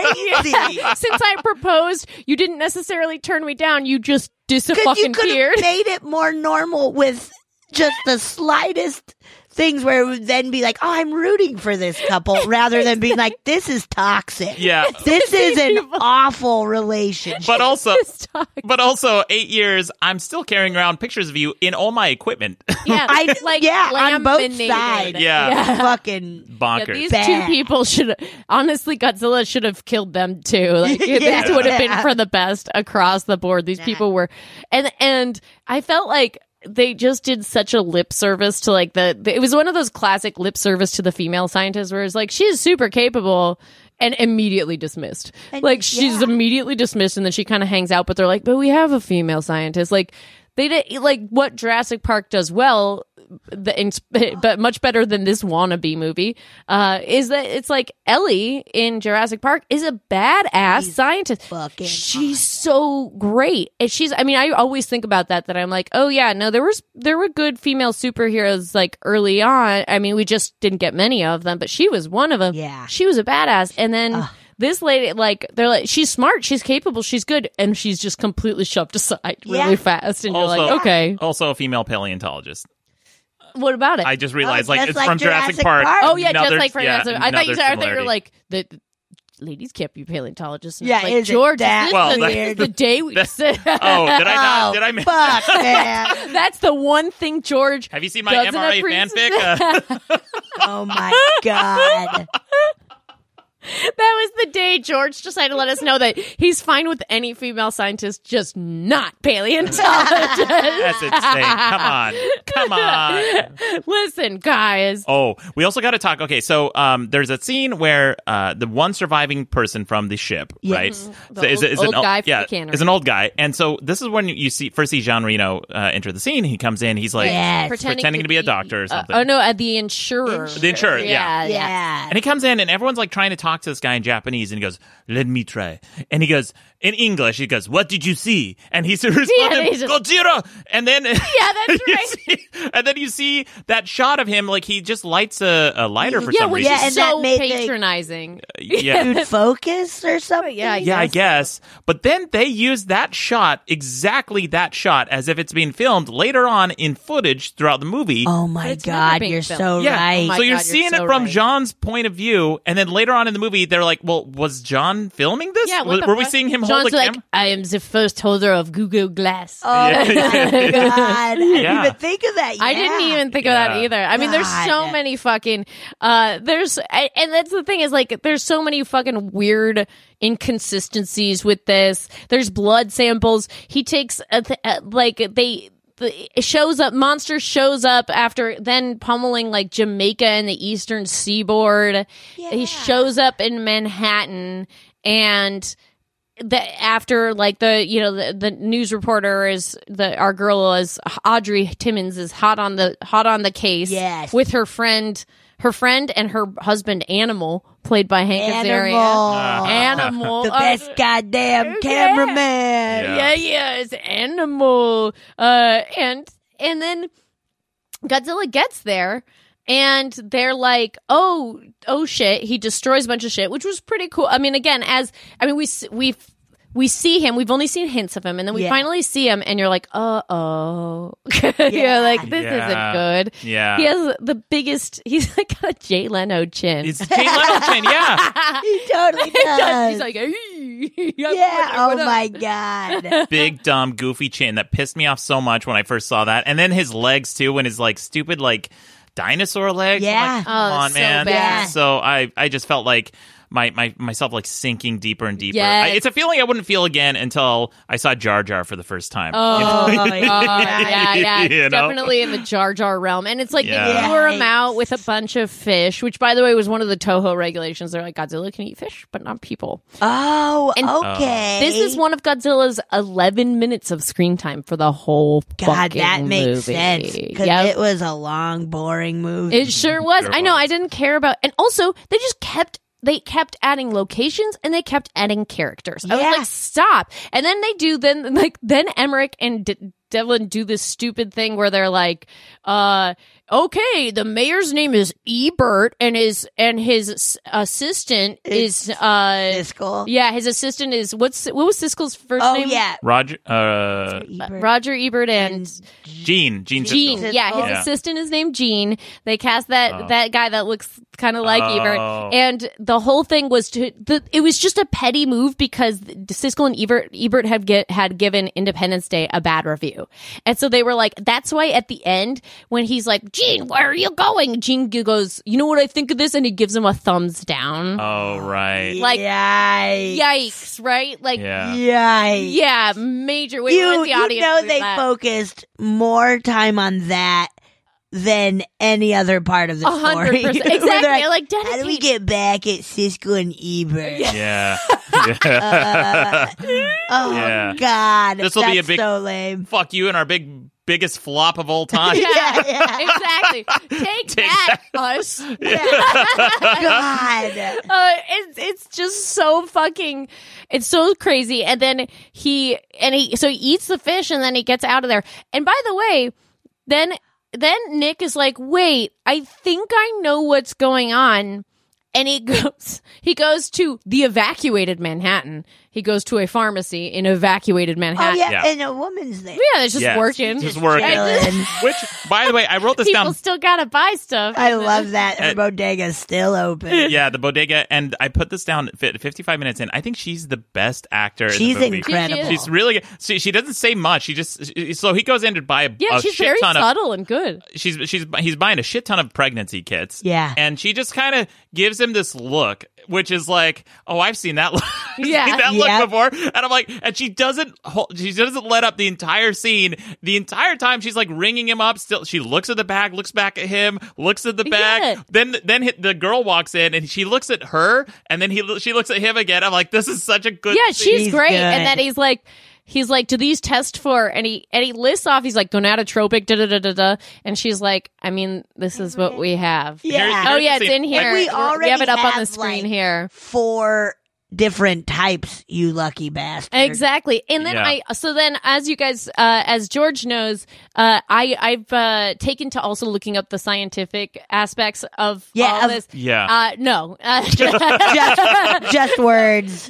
S4: crazy.
S3: since I proposed, you didn't necessarily turn me down. You just
S4: Because you
S3: disappeared.
S4: could have made it more normal with just the slightest things where it would then be like, "Oh, I'm rooting for this couple," rather than being like, "This is toxic.
S2: Yeah.
S4: This is an awful relationship."
S2: But also,
S3: Stop.
S2: But also, eight years, I'm still carrying around pictures of you in all my equipment.
S3: Yeah,
S4: I- yeah, on both
S3: laminated.
S4: sides.
S2: Yeah.
S4: Fucking
S3: Yeah,
S2: Bonkers.
S3: these
S4: Bad.
S3: two people should honestly, Godzilla should have killed them too. Like this would have been
S4: Yeah.
S3: for the best across the board. These people were, and and I felt like they just did such a lip service to like the. the- It was one of those classic lip service to the female scientist where it's like she's super capable. And immediately dismissed.
S4: And-
S3: like she's
S4: yeah.
S3: immediately dismissed, and then she kind of hangs out. But they're like, "But we have a female scientist." Like they did, like what Jurassic Park does well the ins- but much better than this wannabe movie uh is that it's like Ellie in Jurassic Park is a badass scientist
S4: fucking
S3: she's so great and she's I mean I always think about that that I'm like oh yeah no there was there were good female superheroes like early on I mean we just didn't get many of them but she was one of them
S4: Yeah.
S3: she was a badass and then
S4: Ugh.
S3: this lady like they're like she's smart she's capable she's good and she's just completely shoved aside really
S4: Yeah.
S3: fast and you're
S2: Also-
S3: like okay
S2: also, a female paleontologist.
S3: what about it
S2: I just realized, like,
S4: just
S2: it's
S4: like
S2: from Jurassic,
S4: Jurassic
S2: Park.
S4: Park.
S3: Oh yeah, just
S2: Another-
S3: like for
S2: yeah,
S3: Jurassic- I thought
S2: another
S3: you said I thought you
S2: similarity.
S3: were like the the ladies can't be paleontologists. And
S4: Yeah,
S3: it's like
S4: is it
S3: George. is
S4: that
S3: this
S2: Well,
S3: the,
S2: that-
S3: the day we
S2: that-
S3: said.
S2: Oh, did I not?
S4: Oh,
S2: did I miss?
S4: Fuck, man.
S3: That's the one thing George.
S2: Have you seen my
S3: Doesn't
S2: MRA
S3: appreciate-
S2: fanfic? Uh,
S4: Oh my god.
S3: That was the day George decided to let us know that he's fine with any female scientist, just not paleontologist.
S2: that's insane. Come on, come on.
S3: Listen, guys.
S2: Oh, we also got to talk. Okay, so um, there's a scene where uh, the one surviving person from the ship,
S4: Yeah.
S2: right?
S4: Mhm.
S3: Mm-hmm. The
S2: So
S3: old- old guy from the
S2: yeah,
S3: cannery.
S2: is an old guy, and so this is when you see first see Jean Reno uh, enter the scene. He comes in. He's like,
S4: Yes.
S2: Pretending to be a doctor or
S3: uh,
S2: something.
S3: oh no, uh, the insurer.
S2: The insurer, yeah.
S3: yeah.
S4: Yeah.
S2: And he comes in, and everyone's like trying to talk to this guy in Japanese, and he goes, "Let me try." And he goes in English. He goes, "What did you see?" And he's
S3: and
S2: responding,
S3: he's just-
S2: "Gojira." And then, yeah,
S3: that's right.
S2: and then you see that shot of him, like he just lights a, a lighter for
S3: Yeah,
S2: some
S3: which
S2: reason.
S4: yeah,
S3: is
S4: and that
S3: so
S4: made the-
S3: patronizing.
S2: yeah,
S4: Dude, focus or something.
S3: Yeah,
S2: yeah, I guess. But then they use that shot, exactly that shot, as if it's being filmed later on in footage throughout the movie.
S4: Oh my
S3: it's never
S4: god,
S3: being
S4: you're
S3: filmed.
S4: so
S2: Yeah.
S4: right.
S3: Oh my
S2: so you're
S3: God, you're
S2: seeing
S3: so
S2: it from
S3: right.
S2: Jean's point of view, and then later on in the movie, they're like, "Well, was John filming this?
S3: Yeah,
S2: were
S3: what the
S2: were we
S3: fuck?
S2: seeing him
S3: John's
S2: hold the
S3: like,
S2: camera?"
S3: I am the first holder of Google Glass.
S4: Oh
S2: Yeah.
S4: my god! I didn't
S2: Yeah.
S4: even think of that.
S3: I didn't
S4: Yeah.
S3: even think of
S2: Yeah.
S3: that either. I mean, there's so
S4: God.
S3: many fucking uh there's I, and that's the thing is like there's so many fucking weird inconsistencies with this. There's blood samples. He takes a th- uh like they the, it shows up monster shows up after then pummeling like Jamaica and the eastern seaboard. He
S4: Yeah.
S3: shows up in Manhattan and the after like the you know the, the news reporter is the our girl is Audrey Timmons is hot on the hot on the case
S4: Yes.
S3: with her friend her friend and her husband Animal played by Hank Azaria
S2: Uh-huh.
S4: Animal.
S3: Animal
S4: the
S3: Uh,
S4: best goddamn cameraman.
S3: yeah yeah it's Animal uh and and then Godzilla gets there and they're like, "Oh, oh shit, he destroys a bunch of shit," which was pretty cool. I mean, again, as I mean, we s- we we see him. We've only seen hints of him, and then we
S4: Yeah.
S3: finally see him, and you're like, "Uh oh," you're like, "This
S2: Yeah.
S3: isn't good."
S2: Yeah.
S3: He has the biggest. He's like got a Jay Leno chin.
S2: It's Jay Leno chin, yeah.
S4: He totally
S3: He does.
S4: does.
S3: He's like, "Hey,
S4: yeah.
S3: what
S4: Oh
S3: up?"
S4: my god.
S2: Big dumb goofy chin that pissed me off so much when I first saw that, and then his legs too, when his like stupid like dinosaur legs. I'm
S4: Yeah.
S2: like,
S4: Oh,
S2: come on,
S3: so
S2: man.
S3: bad.
S2: So I I just felt like. My, my myself like sinking deeper and deeper.
S3: Yes.
S2: I- it's a feeling I wouldn't feel again until I saw Jar Jar for the first time.
S3: Oh, God. yeah, yeah. It's
S2: You know?
S3: definitely in the Jar Jar realm. And it's like
S2: Yeah.
S3: they lure him
S4: Yikes.
S3: out with a bunch of fish, which, by the way, was one of the Toho regulations. They're like, Godzilla can eat fish, but not people.
S4: Oh,
S3: And-
S2: Uh-huh.
S4: okay.
S3: This is one of Godzilla's 11 minutes of screen time for the whole
S4: God,
S3: fucking
S4: that makes
S3: movie.
S4: sense because
S3: Yep.
S4: it was a long, boring movie.
S3: It sure was.
S2: There
S3: I know.
S2: was.
S3: I didn't care about, and also they just kept they kept adding locations and they kept adding characters. I
S4: Yeah.
S3: was like, stop. And then they do. Then like then Emmerich and D- Devlin do this stupid thing where they're like, uh, okay, the mayor's name is Ebert and his and his s- assistant
S4: It's-
S3: is uh.
S4: Siskel.
S3: Yeah, his assistant is what's what was Siskel's first
S4: Oh
S3: name?
S4: yeah.
S2: Roger, uh,
S4: Ebert.
S3: Roger Ebert and
S2: Gene, Gene,
S3: Gene,
S2: Siskel.
S4: Siskel.
S3: yeah, his
S2: Yeah.
S3: assistant is named Gene. They cast that
S2: Oh.
S3: that guy that looks kind of like
S2: Oh.
S3: Ebert, and the whole thing was to the. It was just a petty move because Siskel and Ebert Ebert had get had given Independence Day a bad review, and so they were like, that's why at the end when he's like, Gene, where are you going? Gene goes, you know what I think of this, and he gives him a thumbs down.
S2: Oh right,
S3: Like-
S4: yikes.
S3: Yikes! Right? Like, yeah,
S2: yeah.
S4: Yikes.
S3: major. We were
S4: you,
S3: in the audience
S4: you know
S3: with
S4: they
S3: that.
S4: focused more time on that than any other part of the
S3: A hundred
S4: story.
S3: percent,
S4: Where
S3: exactly.
S4: they're
S3: Like,
S4: Like,
S3: Dennis
S4: how do we
S3: Haysbert-
S4: get back at Cisco and Ebert?
S2: Yeah.
S4: Uh, oh
S2: Yeah.
S4: God,
S2: This will be a
S4: that's
S2: big-
S4: so lame.
S2: Fuck you and our big biggest flop of all time.
S3: Yeah.
S4: Yeah, yeah.
S3: exactly. Take, that, us.
S4: God.
S3: Uh, it's it's just so fucking, it's so crazy. And then he and he so he eats the fish and then he gets out of there. And by the way, then then Nick is like, wait, I think I know what's going on. And he goes he goes to the evacuated Manhattan. He goes to a pharmacy in evacuated
S4: Oh
S3: Manhattan.
S4: yeah,
S2: Yeah.
S4: and a woman's there.
S3: yeah, it's just
S2: Yes.
S3: working.
S2: Just working.
S4: Chilling.
S2: Which, by the way, I wrote this
S3: People
S2: down.
S3: still gotta buy stuff.
S4: I love that. Her
S2: Uh,
S4: bodega's still open.
S2: Yeah, the bodega, and I put this down. fi- Fifty-five minutes in, I think she's the best actor.
S4: She's
S2: in the movie.
S4: incredible.
S2: She's really. good. She, she doesn't say much. She just. she- so he goes in to buy a,
S3: yeah,
S2: a
S3: she's
S2: shit
S3: very
S2: ton of
S3: subtle and good.
S2: she's she's he's buying a shit ton of pregnancy kits.
S4: Yeah.
S2: and she just kind of gives him this look, which is like, oh, I've seen that look, I've
S3: Yeah.
S2: seen that
S4: Yeah.
S2: look before. And I'm like, and she doesn't hold, she doesn't let up the entire scene. The entire time she's like ringing him up. Still, she looks at the bag, looks back at him, looks at the bag.
S3: Yeah.
S2: Then then hit, the girl walks in and she looks at her, and then he she looks at him again. I'm like, this is such a good.
S3: yeah,
S2: scene.
S3: she's
S4: She's
S3: great.
S4: good.
S3: And then he's like, he's like, do these test for? And he and he lists off. He's like gonadotropic, da da da da da. And she's like, I mean, this is what we have.
S4: Yeah.
S3: Oh yeah, it's in
S2: Like,
S3: here. We're-
S4: we
S3: we have
S4: already
S3: it up on the
S4: have,
S3: screen
S4: like-
S3: here.
S4: Four different types, you lucky bastard.
S3: Exactly. And then
S2: Yeah.
S3: I so then as you guys uh as George knows, uh I I've uh taken to also looking up the scientific aspects of
S4: Yeah,
S3: all
S4: of-
S3: this.
S2: Yeah.
S3: Uh no. Uh,
S4: Just, just words.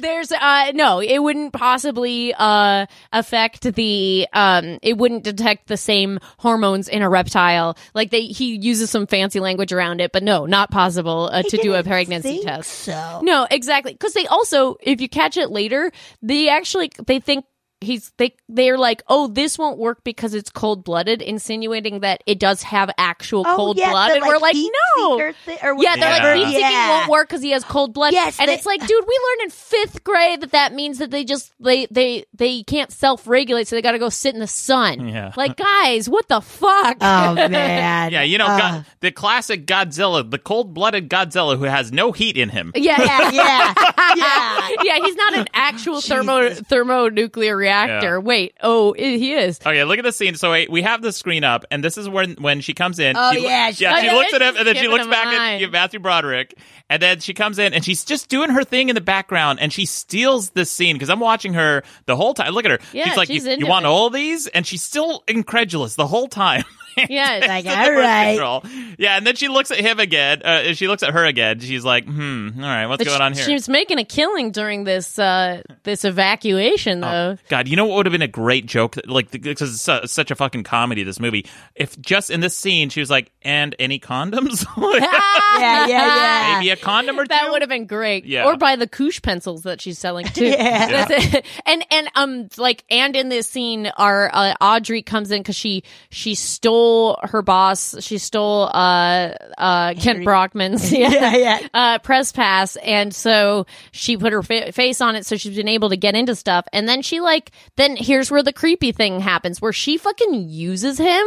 S3: there's uh no, it wouldn't possibly uh affect the um it wouldn't detect the same hormones in a reptile. Like they he uses some fancy language around it, but no, not possible uh, to do a
S4: didn't
S3: pregnancy
S4: think
S3: test.
S4: So
S3: No, exactly. Because they also, if you catch it later, they actually they think he's they they're like, oh, this won't work because it's cold blooded, insinuating that it does have actual
S4: Oh,
S3: cold
S4: yeah,
S3: blood,
S4: the,
S3: and we're like,
S4: heat
S3: no.
S4: seeker thi- or
S3: yeah, they're
S2: Yeah.
S3: like
S4: whatever.
S3: heat seeking
S4: Yeah.
S3: won't work because he has cold blood.
S4: Yes,
S3: and
S4: they-
S3: it's like, dude, we learned in fifth grade that that means that they just they they they can't self regulate, so they got to go sit in the sun.
S2: Yeah.
S3: like guys, what the fuck?
S4: Oh man.
S2: Yeah, you know,
S4: Uh,
S2: God, the classic Godzilla, the cold-blooded Godzilla who has no heat in him.
S3: yeah, yeah.
S4: yeah, yeah.
S3: yeah, he's not an actual thermo thermonuclear reactor.
S2: Yeah.
S3: Wait, oh, i he is.
S2: Okay, look at the scene. So wait, we have the screen up, and this is when when she comes in.
S4: Oh,
S2: she, loo-
S4: yeah, she-
S2: yeah.
S3: Oh,
S2: She
S3: yeah,
S2: looks at
S3: they're
S2: him, and then
S3: just
S2: she looks
S3: giving
S2: back
S3: him
S2: at
S3: mine.
S2: yeah, Matthew Broderick, and then she comes in, and she's just doing her thing in the background, and she steals this scene because I'm watching her the whole time. Look at her.
S3: Yeah,
S2: she's like,
S3: she's
S2: you, you
S3: into
S2: want
S3: it."
S2: all these, and she's still incredulous the whole time.
S3: Yeah,
S4: Like,
S2: It's the
S4: all
S2: birth
S4: right.
S2: control. Yeah, and then she looks at him again. Uh, and she looks at her again. She's like, "Hmm, all right, what's
S3: But
S2: going
S3: she-
S2: on here?"
S3: She was making a killing during this uh, this evacuation, Oh. though.
S2: God, you know what would have been a great joke? Like, because it's su- such a fucking comedy, this movie. If just in this scene, she was like, and any condoms? Like,
S3: Ah,
S4: Yeah, yeah, yeah.
S2: Maybe a condom or
S3: That
S2: two?
S3: would have been great.
S2: Yeah.
S3: Or by the Koosh pencils that she's selling too.
S4: Yeah.
S3: That's it. And and um like and in this scene our uh, Audrey comes in cuz she she stole her boss, she stole uh uh Kent Brockman's
S4: Yeah, yeah.
S3: uh, press pass, and so she put her fa- face on it, so she's been able to get into stuff. And then she like, then here's where the creepy thing happens, where she fucking uses him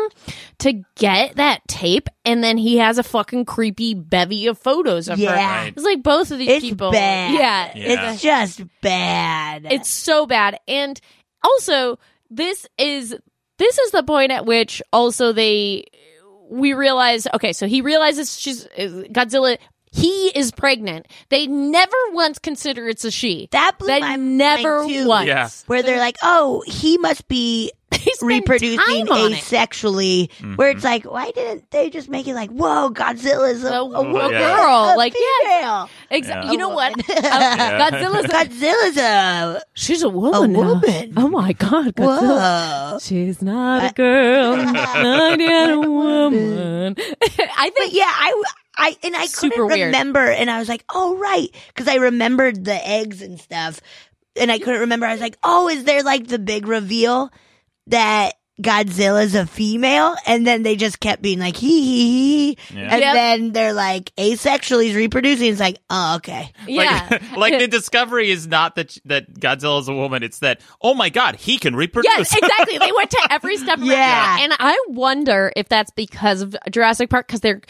S3: to get that tape, and then he has a fucking creepy bevy of photos of her.
S4: Yeah.
S2: Right.
S3: It's like both of these
S4: It's
S3: people.
S4: bad.
S3: Yeah,
S2: Yeah.
S4: It's just bad.
S3: it's so bad. And also, this is this is the point at which also they we realize okay, so he realizes she's uh, Godzilla he is pregnant. They never once consider it's a she.
S4: that blew
S3: They
S4: my
S3: never
S4: mind too,
S3: once.
S2: Yeah.
S4: Where they're like, oh, he must be
S3: They spend
S4: reproducing
S3: time on it.
S4: asexually. Where
S2: Mm-hmm.
S4: it's like, why didn't they just make it like, whoa, Godzilla's a,
S3: A
S4: a
S3: wo-
S4: woman,
S3: girl,
S4: a
S3: like,
S4: female.
S3: Exactly.
S2: Yeah.
S3: You know what?
S4: woman.
S3: Uh,
S2: Yeah.
S3: Godzilla's a,
S4: Godzilla's a
S3: she's a woman. now.
S4: woman.
S3: Oh my god, Godzilla.
S4: whoa.
S3: She's not a girl, not yet a woman. I
S4: But
S3: think
S4: yeah, I. I and I
S3: Super
S4: couldn't
S3: weird.
S4: remember, and I was like, "Oh right," because I remembered the eggs and stuff, and I couldn't remember. I was like, "Oh, is there like the big reveal that Godzilla's a female?" And then they just kept being like, "Hee hee hee,"
S2: Yeah.
S4: and
S3: Yep.
S4: then they're like, "Asexually, he's reproducing." It's like, "Oh, okay."
S3: yeah.
S2: Like, like the discovery is not that that Godzilla is a woman. It's that oh my god, he can reproduce.
S3: Yes, exactly. They went to every step. Around.
S4: Yeah.
S3: and I wonder if that's because of Jurassic Park because they're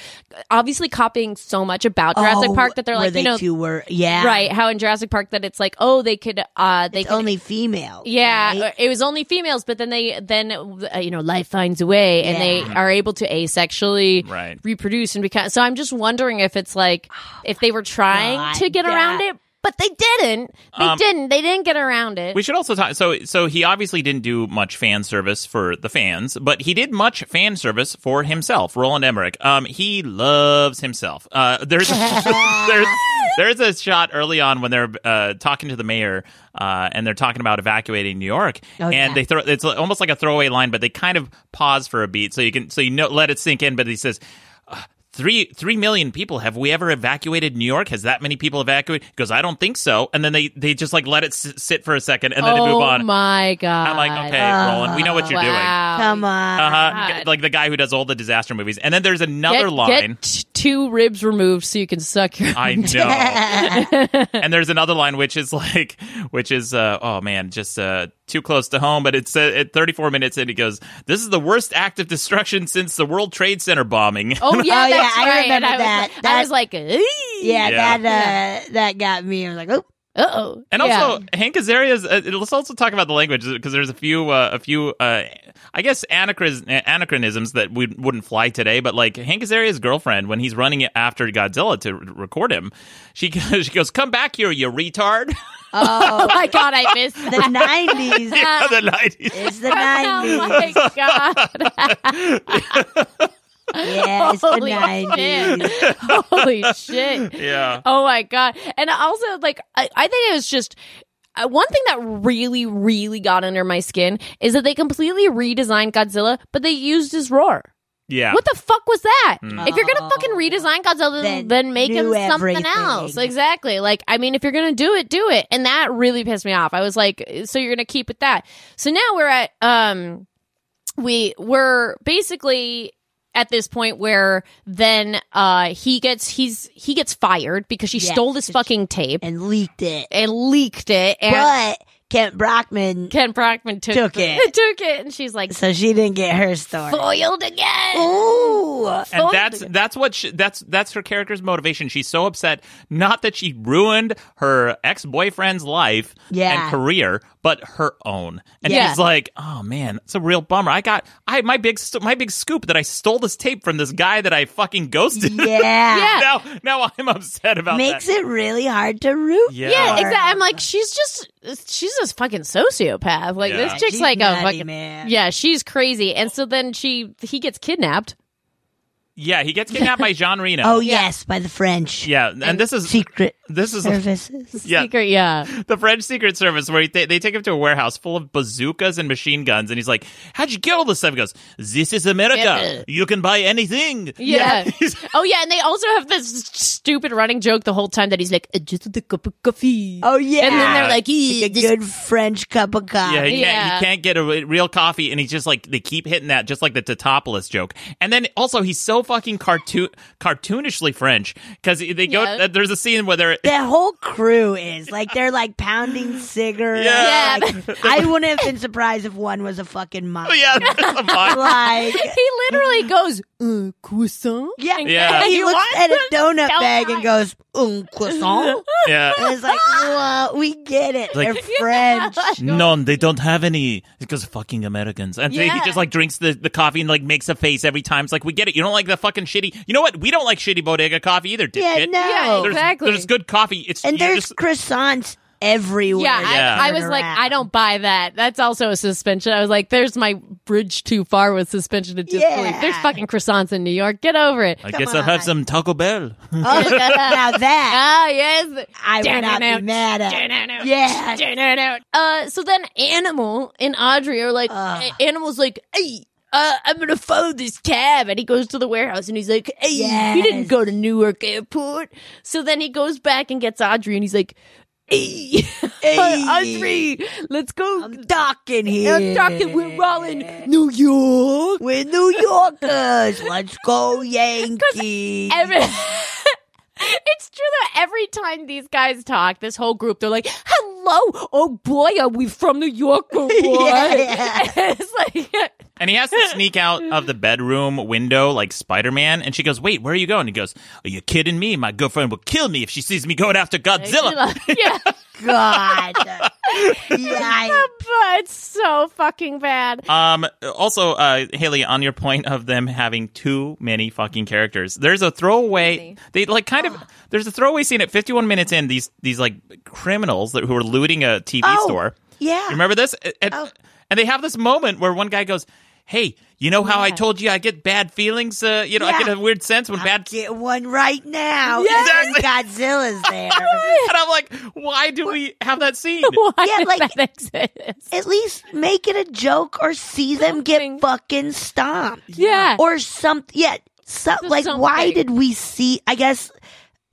S3: obviously copying so much about Jurassic
S4: Oh,
S3: Park that they're
S4: where
S3: like,
S4: they
S3: you know,
S4: two were, yeah,
S3: right? How in Jurassic Park that it's like, oh, they could, uh, they
S4: It's
S3: could-
S4: only female.
S3: yeah,
S4: right?
S3: it was only females, but then they then uh, you know life finds a way, and
S4: Yeah.
S3: they are able to asexually
S2: Right. Oh
S3: reproduce and become. So I'm just wondering if it's like if they were trying
S4: God,
S3: to get
S4: yeah.
S3: around it, but they didn't. They
S2: Um,
S3: didn't. They didn't get around it.
S2: We should also talk. So, so he obviously didn't do much fan service for the fans, but he did much fan service for himself. Roland Emmerich. Um, he loves himself. Uh, there's there's there's a shot early on when they're uh, talking to the mayor, uh, and they're talking about evacuating New York, and
S4: yeah.
S2: they throw it's almost like a throwaway line, but they kind of pause for a beat so you can so you know let it sink in. But he says. "Uh, Three three million people. Have we ever evacuated New York? Has that many people evacuated? Because I don't think so. And then they they just like let it s- sit for a second, and then
S3: oh
S2: they move on.
S3: my god!
S2: I'm like, okay, Roland, we know what you're doing.
S3: wow. Oh
S4: Come on.
S2: Uh-huh.
S3: God.
S2: Like the guy who does all the disaster movies. And then there's another
S3: get,
S2: line.
S3: Get t- two ribs removed so you can suck your.
S2: I know. and there's another line which is like, which is, uh, oh man, just uh, too close to home. But it's uh, at 34 minutes and it goes, this is the worst act of destruction since the World Trade Center bombing.
S3: Oh yeah,
S4: Oh, yeah,
S3: that's
S4: I
S3: right.
S4: remember
S3: And I was,
S4: that.
S3: I was like, "Eee."
S4: yeah,
S2: Yeah.
S4: that uh, that got me. I was like, "Oh,
S3: Uh oh.
S2: And also, Hank Azaria is. Uh, let's also talk about the language because there's a few, uh, a few, uh, I guess anachris- anachronisms that we wouldn't fly today. But like Hank Azaria's girlfriend, when he's running after Godzilla to r- record him, she goes- she goes, "Come back here, you retard!"
S3: oh my god, I missed
S4: The
S3: that.
S4: 90s.
S2: Yeah, the 90s.
S4: It's the
S3: Oh
S4: 90s.
S3: my god.
S4: Yeah, it's the
S3: Holy
S4: 90s.
S3: shit. Holy shit.
S2: Yeah.
S3: Oh my god! And also, like, I, I think it was just. uh, One thing that really, really got under my skin is that they completely redesigned Godzilla, but they used his roar.
S2: Yeah.
S3: What the fuck was that?
S2: Mm.
S3: If you're
S4: Oh.
S3: gonna fucking redesign Godzilla,
S4: Then
S3: then, make him
S4: do
S3: something
S4: everything.
S3: else. Exactly. Like, I mean, if you're gonna do it, do it. And that really pissed me off. I was like, so you're gonna keep it that. So now we're at um we we're basically at this point where then uh he gets he's he gets fired because she
S4: Yes.
S3: stole this fucking tape and,
S4: And leaked it.
S3: leaked it and
S4: But Kent Brockman,
S3: Ken Brockman took,
S4: Took
S3: the-
S4: it.
S3: took it and she's like
S4: so she didn't get her story.
S3: foiled again.
S4: Ooh.
S2: and
S3: Foiled
S2: that's
S3: again.
S2: that's what she, that's that's her character's motivation. She's so upset, not that she ruined her ex boyfriend's life
S4: Yeah.
S2: and career, but her own. And
S3: Yeah.
S2: she's like, "Oh man, it's a real bummer. I got I my big st- my big scoop that I stole this tape from this guy that I fucking ghosted.
S4: Yeah.
S3: Yeah.
S2: now now I'm upset about
S4: Makes
S2: that.
S4: it really hard to root
S2: Yeah.
S3: Yeah,
S4: for.
S3: exactly. I'm like, she's just, she's this fucking sociopath. Like
S2: Yeah.
S3: this chick's
S4: She's
S3: like
S4: nutty,
S3: a fucking,
S4: man.
S3: yeah, she's crazy. And so then she, he gets kidnapped.
S2: yeah, he gets kidnapped by Jean Reno.
S4: Oh, yes, by the French.
S2: yeah, and this is
S4: Secret
S2: this is
S4: services.
S2: yeah,
S3: Secret, yeah.
S2: the French Secret Service, where he they they take him to a warehouse full of bazookas and machine guns, and he's like, "How'd you get all this stuff?" He goes, "This is America.
S3: Yeah.
S2: You can buy anything."
S3: Yeah.
S2: He's-
S3: Oh yeah, and they also have this stupid running joke the whole time that he's like, "Uh, just a cup of coffee.
S4: Oh, yeah.
S3: And then they're like, "Eh,
S4: a
S3: this-
S4: good French cup of coffee.
S2: yeah, he
S3: Uh, Yeah.
S2: can't. He can't get a re- real coffee, and he's just like they keep hitting that, just like the Totopolis joke. And then also he's so fucking cartoon, cartoonishly French because they go.
S3: Yeah.
S2: uh, there's a scene where they're
S4: The whole crew is like they're like pounding cigarettes.
S2: Yeah.
S4: Like, I wouldn't have been surprised if one was a fucking mom.
S2: oh yeah, there's a vine.
S4: Like
S3: he literally goes, uh, croissant?
S4: yeah,
S3: And-
S2: Yeah.
S4: he,
S3: he
S4: looks
S3: wants
S4: at a
S3: them
S4: donut
S3: so
S4: bag and
S3: much.
S4: goes un croissant.
S2: yeah.
S4: and it's like, wow, we get it.
S2: Like-
S4: they're French.
S2: No, they don't have any because fucking Americans. And he
S3: Yeah.
S2: just like drinks the, the coffee and like makes a face every time. It's like we get it. You don't like the fucking shitty. You know what? We don't like shitty bodega coffee either. Dipshit.
S4: Yeah, no.
S3: Yeah,
S2: There's,
S3: Exactly.
S2: there's good coffee. It's
S4: And
S2: you
S4: there's
S2: just-
S4: croissants everywhere.
S3: Yeah,
S4: you
S2: Yeah.
S3: I, I
S4: turn
S3: was like,
S4: around.
S3: I don't buy that. That's also a suspension. I was like, there's my bridge too far with suspension of disbelief.
S4: Yeah.
S3: There's fucking croissants in New York. Get over it.
S2: I
S4: Come
S2: guess I'll have
S4: on.
S2: some Taco Bell.
S4: Oh, now that
S3: Ah, yes.
S4: I would not be mad at. Oh, Yeah.
S3: Uh, so then Animal and Audrey are like,
S4: Ugh.
S3: Animal's like, hey, uh, I'm gonna phone this cab, and he goes to the warehouse, and he's like, hey, you
S4: Yes.
S3: didn't go to Newark Airport. So then he goes back and gets Audrey, and he's like, hey, Audrey, let's go.
S4: I'm talking here.
S3: I'm talking. We're all in New York.
S4: We're New Yorkers. Let's go, Yankees.
S3: Every- it's true though. Every time these guys talk, this whole group, they're like, "Hello, oh boy, are we from New York or what?"
S4: Yeah.
S3: it's like,
S2: And he has to sneak out of the bedroom window like Spider Man. And she goes, Wait, where are you going? He goes, Are you kidding me? My girlfriend will kill me if she sees me going after Godzilla.
S3: yeah,
S4: God. yeah.
S3: but it's so fucking bad.
S2: Um. Also, uh, Haley, on your point of them having too many fucking characters, there's a throwaway. They like kind of. There's a throwaway scene at 51 minutes in. These these like criminals that who are looting a TV
S4: Oh,
S2: store.
S4: yeah.
S2: You remember this? And,
S4: Oh.
S2: and they have this moment where one guy goes. Hey, you know how I told you I get bad feelings? Uh, you know,
S4: Yeah.
S2: I get a weird sense when
S4: I'll
S2: bad.
S4: get one right now.
S2: Yes.
S4: Exactly. Godzilla's there.
S2: and I'm like, why do we have that scene?
S3: Why
S4: Yeah,
S3: does
S4: like-
S3: that exist?
S4: At least make it a joke or see them get
S3: Something.
S4: fucking stomped.
S3: Yeah.
S4: Or something. Yeah. So,
S3: Just
S4: like, why
S3: something.
S4: did we see, I guess,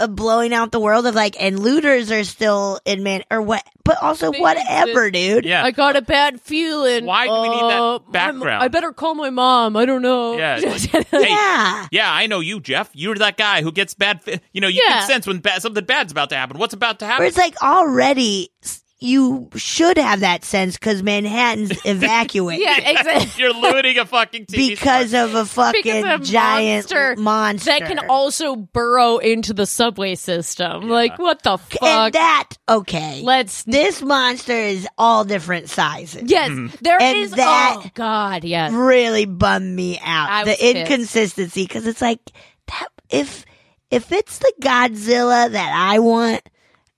S4: uh, blowing out the world of like, and looters are still in man, or what? But also,
S3: They
S4: whatever, dude.
S2: Yeah.
S3: I got a bad feeling.
S2: Why do we need that
S3: Uh, my-
S2: background?
S3: I better call my mom. I don't know.
S2: Yeah, it's like- Hey,
S4: Yeah.
S2: Yeah, I know you, Jeff. You're that guy who gets bad. Fi- you know, you
S3: Yeah.
S2: can sense when ba- something bad's about to happen. What's about to happen?
S4: Where it's like already s- you should have that sense because Manhattan's evacuating.
S3: Yeah, exactly.
S2: You're looting a fucking TV
S4: Because of a fucking
S3: Because of
S4: giant
S3: monster
S4: monster,
S3: that can also burrow into the subway system. Like what the fuck?
S4: and that okay.
S3: Let's
S4: this monster is all different sizes.
S3: yes, there
S4: And
S3: is.
S4: that-
S3: oh God, yes.
S4: really bummed me out.
S3: I was
S4: the
S3: pissed.
S4: inconsistency because it's like that if if it's the Godzilla that I want,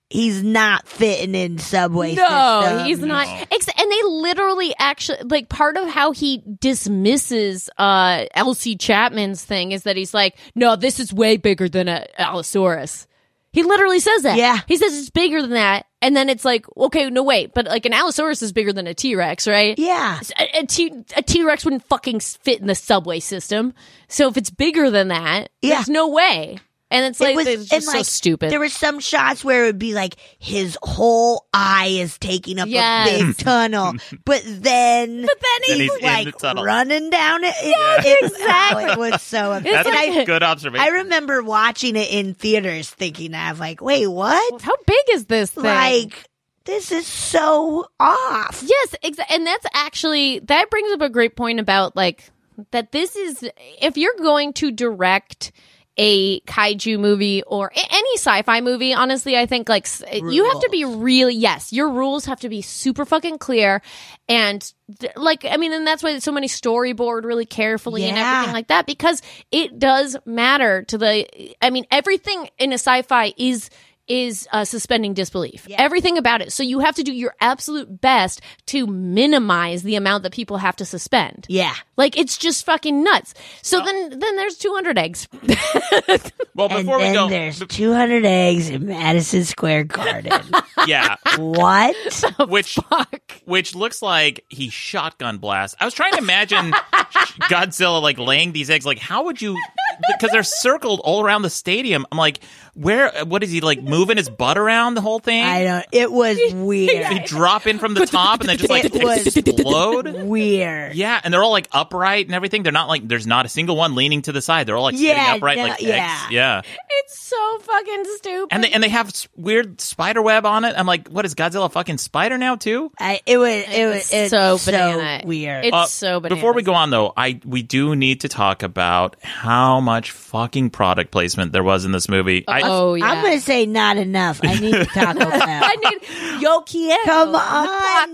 S4: he's not fitting in subway.
S3: No,
S4: system.
S3: he's not. Ex- and they literally actually like part of how he dismisses uh Elsie Chapman's thing is that he's like, no, this is way bigger than a Allosaurus. He literally says that.
S4: Yeah.
S3: he says it's bigger than that, and then it's like, okay, no, wait, but like an Allosaurus is bigger than a T Rex, right?
S4: Yeah,
S3: A, a, t- a T-Rex wouldn't fucking s- fit in the subway system. So if it's bigger than that,
S4: Yeah.
S3: there's no way. And it's like it's just so stupid.
S4: There were some shots where it would be like his whole eye is taking up
S3: Yes.
S4: a big tunnel, but then but
S2: Then he's
S4: then he's,
S2: in the
S4: like
S2: tunnel.
S4: running down it. Yeah, exactly. It was so. upsetting.
S2: That's
S4: And I-
S2: a good observation.
S4: I remember watching it in theaters, thinking that of like, wait, what?
S3: How big is this thing?
S4: Like, this is so off.
S3: Yes, exa- and that's actually that brings up a great point about like that this is if you're going to direct a kaiju movie or a- any sci-fi movie honestly i think like s you have to be really yes your rules have to be super fucking clear and th- like i mean and that's why so many storyboard really carefully and
S4: Yeah.
S3: everything like that because it does matter to the i mean everything in a sci-fi is is uh, suspending disbelief everything about it so you have to do your absolute best to minimize the amount that people have to suspend
S4: Yeah.
S3: like it's just fucking nuts so then then there's 200 eggs
S2: well,
S4: And
S2: before we
S4: then
S2: go,
S4: there's
S2: b-
S4: 200 eggs in Madison Square Garden.
S2: yeah,
S4: what?
S2: which
S3: fuck
S2: which looks like he shotgun blast. I was trying to imagine Godzilla like laying these eggs. Like, how would you? Because they're circled all around the stadium. I'm like, where? What is he like moving his butt around the whole thing?
S4: I don't. It was
S2: They
S4: weird.
S2: drop in from the top and then just like
S4: It was-
S2: explode.
S4: Weird.
S2: Yeah, and they're all like upright and everything. They're not like there's not a single one leaning to the side. They're all like
S4: Yeah,
S2: sitting upright,
S4: no,
S2: like
S4: yeah.
S2: eggs. yeah.
S3: it's so fucking stupid
S2: And they and they have s- weird spider web on it. I'm like, what is Godzilla a fucking spider now too?
S4: I, it was. It was. It's so,
S3: banana.
S4: weird.
S3: It's
S2: Uh,
S3: so bananas.
S2: Before we go on though, I we do need to talk about how much fucking product placement there was in this movie. I,
S3: oh yeah.
S4: I'm gonna say not enough. I need Taco Bell.
S3: I need yo quiero
S4: Come on.
S3: Taco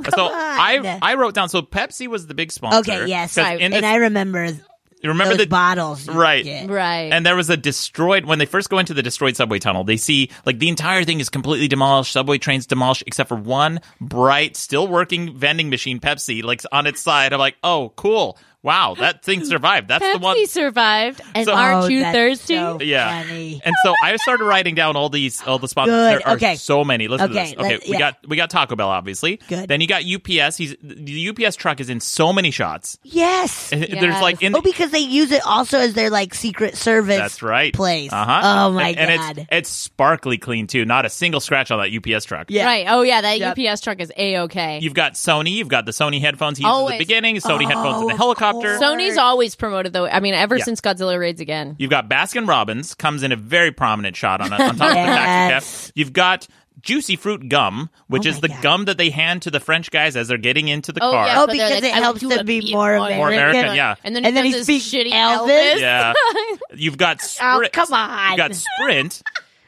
S3: Bell.
S2: so
S4: come
S2: I
S4: on.
S2: I wrote down so Pepsi was the big sponsor.
S4: Okay. Yes.
S2: 'Cause
S4: I,
S2: in
S4: and
S2: this-
S4: I remember. th-
S2: remember
S4: those
S2: the
S4: bottles, you
S2: Right.
S4: get.
S3: Right.
S2: And there was a destroyed when they first go into the destroyed subway tunnel. They see like the entire thing is completely demolished. Subway trains demolished except for one bright, still working vending machine Pepsi like on its side. I'm like, oh, cool, wow, that thing survived. That's the one.
S3: Pepsi survived. And
S2: So-
S3: aren't
S4: Oh,
S3: you
S4: that's
S3: thirsty?
S4: so
S2: Yeah.
S4: funny.
S2: And so I started writing down all these all the spots.
S4: Good,
S2: There are
S4: okay.
S2: so many. Listen
S4: Okay,
S2: to this. Okay,
S4: let-
S2: we
S4: yeah.
S2: got we got Taco Bell obviously.
S4: Good.
S2: Then you got UPS. He's the UPS truck is in so many shots.
S4: Yes.
S2: There's like in
S4: Oh, because they use it also as their like secret service.
S2: That's right.
S4: Place.
S2: Uh-huh.
S4: Oh my
S2: and, and
S4: god.
S2: It's, it's sparkly clean too. Not a single scratch on that UPS truck.
S4: Yeah.
S3: Right. Oh yeah, that
S4: Yep.
S3: UPS truck is a okay.
S2: You've got Sony. You've got the Sony headphones he used at
S3: Always.
S2: the beginning. Sony headphones in the
S4: of
S2: helicopter.
S4: course.
S3: Sony's always promoted though. I mean, ever
S2: Yeah.
S3: since Godzilla raids again.
S2: You've got Baskin Robbins comes in a very prominent shot on, a, on top of the taxi
S4: Yes.
S2: cab. You've got Juicy Fruit gum, which
S4: Oh
S2: is
S4: my
S2: the
S4: God.
S2: gum that they hand to the French guys as they're getting into the
S3: Oh,
S2: car.
S3: yeah.
S4: Oh,
S3: But they're
S4: because
S3: like,
S4: it
S3: I
S4: helps
S3: do
S4: them
S3: a-
S4: be
S3: yeah,
S4: more
S3: more
S4: American.
S2: More American, yeah.
S3: And then,
S4: And then
S3: he
S4: he
S3: does his
S4: speaks
S3: shitty
S4: Elvis?
S3: Elvis.
S2: Yeah. You've got Sprint.
S4: Oh, come on.
S2: You've got Sprint,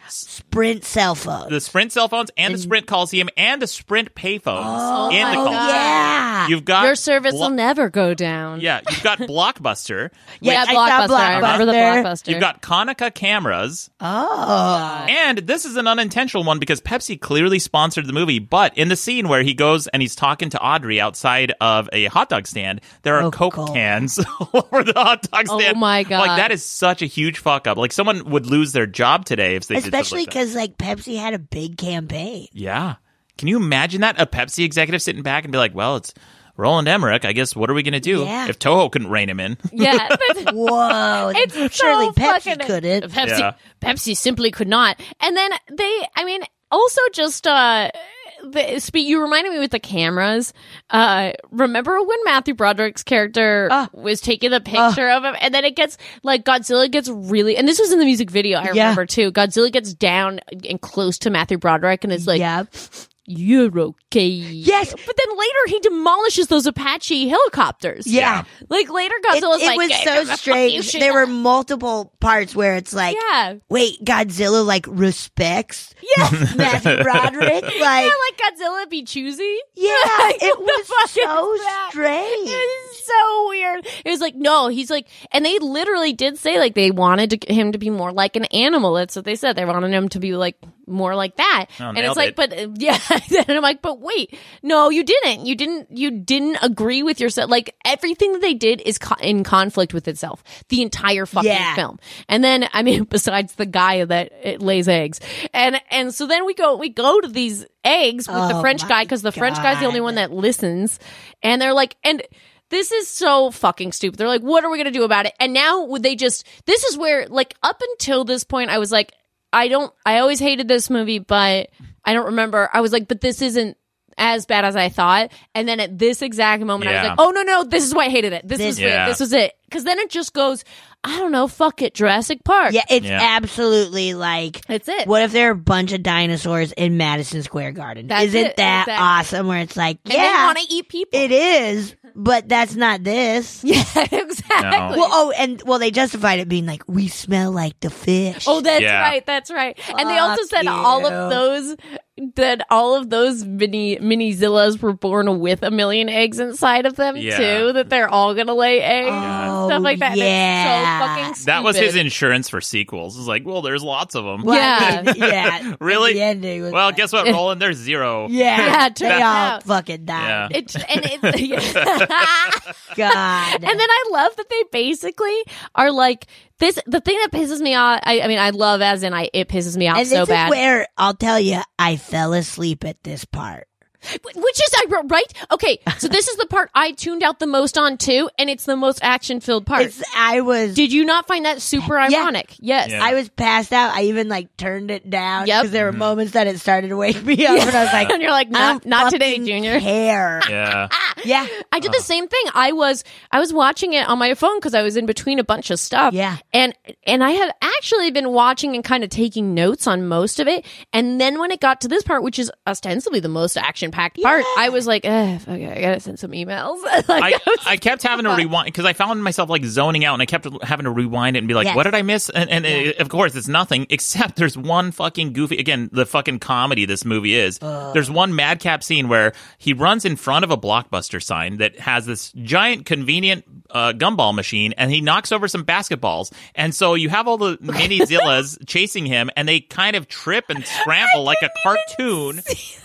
S4: Sprint cell phone.
S2: the Sprint cell phones, and the Sprint Coliseum, and the Sprint payphones
S4: Oh
S2: in the
S3: my
S2: car.
S3: Oh, God.
S4: yeah.
S2: You've got
S3: Ah, Your service
S2: Blo-
S3: will never go down.
S2: Yeah, you've got Blockbuster.
S3: Yeah,
S4: I
S3: blockbuster.
S4: saw
S3: I remember the
S4: Blockbuster.
S3: blockbuster.
S2: You've got Konica cameras,
S3: Uh,
S4: oh.
S2: and this is an unintentional one because Pepsi clearly sponsored the movie. But in the scene where he goes and he's talking to Audrey outside of a hot dog stand, there are
S4: Oh,
S2: Coke
S4: God.
S2: cans all over the hot dog
S3: Oh,
S2: stand.
S3: my God.
S2: Like that is such a huge fuck up. Like someone would lose their job today if they
S4: Especially
S2: did something like that.
S4: because like Pepsi had a big campaign.
S2: yeah. Can you imagine that a Pepsi executive sitting back and be like, "Well, it's Roland Emmerich. I guess what are we gonna do
S4: Yeah.
S2: if Toho couldn't rein him in?"
S3: Yeah, but-
S4: Whoa.
S3: It's
S4: Surely
S3: so
S4: Pepsi
S3: fucking-
S4: couldn't.
S3: Pepsi,
S2: Yeah.
S3: Pepsi simply could not. And then they, I mean, also just uh, the, spe- you reminded me with the cameras. Uh, remember when Matthew Broderick's character
S4: Ah.
S3: was taking a picture of him, and then it gets like Godzilla gets really, and this was in the music video. I
S4: Yeah.
S3: remember too. Godzilla gets down and close to Matthew Broderick, and is like,
S4: yeah.
S3: you're okay.
S4: Yes.
S3: But then later he demolishes those Apache helicopters.
S4: Yeah.
S3: Like later
S4: It,
S3: Godzilla's
S4: it
S3: like
S4: was
S3: "Hey,
S4: so
S3: fuck you,
S4: strange.
S3: shut
S4: There were
S3: up."
S4: multiple parts where it's like,
S3: Yeah.
S4: wait, Godzilla like respects
S3: Yeah. yeah,
S4: Matthew Broderick? Like, yeah,
S3: like Godzilla be choosy. like, what
S4: it
S3: the
S4: was
S3: fuck is
S4: so
S3: that?
S4: strange.
S3: It's so weird. It was like, no, he's like, and they literally did say like they wanted to, him to be more like an animal. That's what they said. They wanted him to be like more like that.
S2: Oh,
S3: and
S2: nailed
S3: it's like,
S2: it.
S3: but uh, yeah, and I'm like, but wait, no, you didn't. You didn't. You didn't agree with yourself. Like everything that they did is co- in conflict with itself. The entire fucking
S4: Yeah.
S3: film. And then I mean, besides the guy that it lays eggs, and and so then we go we go to these eggs with the
S4: Oh,
S3: French
S4: my
S3: guy because the French guy's the only
S4: God.
S3: one that listens, and they're like, and this is so fucking stupid. They're like, what are we gonna do about it? And now would they just? This is where like up until this point, I was like, I don't. I always hated this movie, but I don't remember. I was like, but this isn't. As bad as I thought, and then at this exact moment, I was
S2: Yeah.
S3: like, "Oh no, no! This is why I hated it. This,
S4: This-
S3: was
S2: Yeah.
S3: it. This was it." Because then it just goes, "I don't know, fuck it, Jurassic Park."
S4: Yeah, it's
S2: Yeah.
S4: absolutely like.
S3: That's it.
S4: What if there are a bunch of dinosaurs in Madison Square Garden?
S3: That's
S4: Isn't
S3: it,
S4: that
S3: exactly.
S4: awesome? Where it's like,
S3: And they
S4: yeah,
S3: want to eat people.
S4: it is, but that's not this.
S3: Yeah, exactly.
S4: Well, oh, and well, they justified it being like we smell like the fish.
S3: Oh, that's
S2: Yeah.
S3: right. That's right. And they also
S4: Fuck
S3: said all
S4: you.
S3: of those that all of those mini mini zillas were born with a million eggs inside of them
S2: Yeah.
S3: too. That they're all gonna lay eggs
S4: Oh,
S3: and stuff like that. And it's
S4: yeah.
S3: so fucking. Stupid.
S2: That was his insurance for sequels. It's like, well, there's lots of them.
S4: Well,
S3: yeah.
S4: I mean, yeah.
S2: Really?
S4: The ending was
S2: Well,
S4: like-
S2: guess what, Roland? There's zero.
S4: yeah,
S3: Yeah, it
S4: they all
S3: turned out.
S4: fucking died.
S3: It, and it's yeah.
S4: God,
S3: And then I love that they basically are like this. The thing that pisses me off. I, I mean, I love as in I. It pisses me off
S4: And
S3: so
S4: this
S3: bad.
S4: is where I'll tell you, I fell asleep at this part.
S3: Which is I wrote right. Okay, so this is the part I tuned out the most on too, and it's the most action filled part.
S4: It's I was
S3: Did you not find that super
S4: Yeah.
S3: ironic? Yes.
S2: Yeah. Mm-hmm.
S4: I was passed out. I even like turned it down because
S3: Yep.
S4: there were moments that it started to wake me up, and I was like,
S3: and you're like,
S4: I
S3: not,
S4: don't
S3: not today,
S4: fucking
S3: Junior.
S4: Care.
S2: Yeah.
S4: Yeah.
S3: I did the same thing. I was I was watching it on my phone because I was in between a bunch of stuff.
S4: Yeah.
S3: and and I had actually been watching and kind of taking notes on most of it. And then when it got to this part, which is ostensibly the most action packed part, I was like, Ugh, okay, I gotta send some emails. like,
S2: I,
S3: was-
S2: I kept having to rewind because I found myself like zoning out and I kept having to rewind it and be like,
S4: Yes.
S2: what did I miss? And, and uh, of course, it's nothing except there's one fucking goofy, again, the fucking comedy this movie is. There's one madcap scene where he runs in front of a blockbuster sign that has this giant, convenient uh, gumball machine and he knocks over some basketballs. And so you have all the mini Zillas chasing him and they kind of trip and scramble like a cartoon.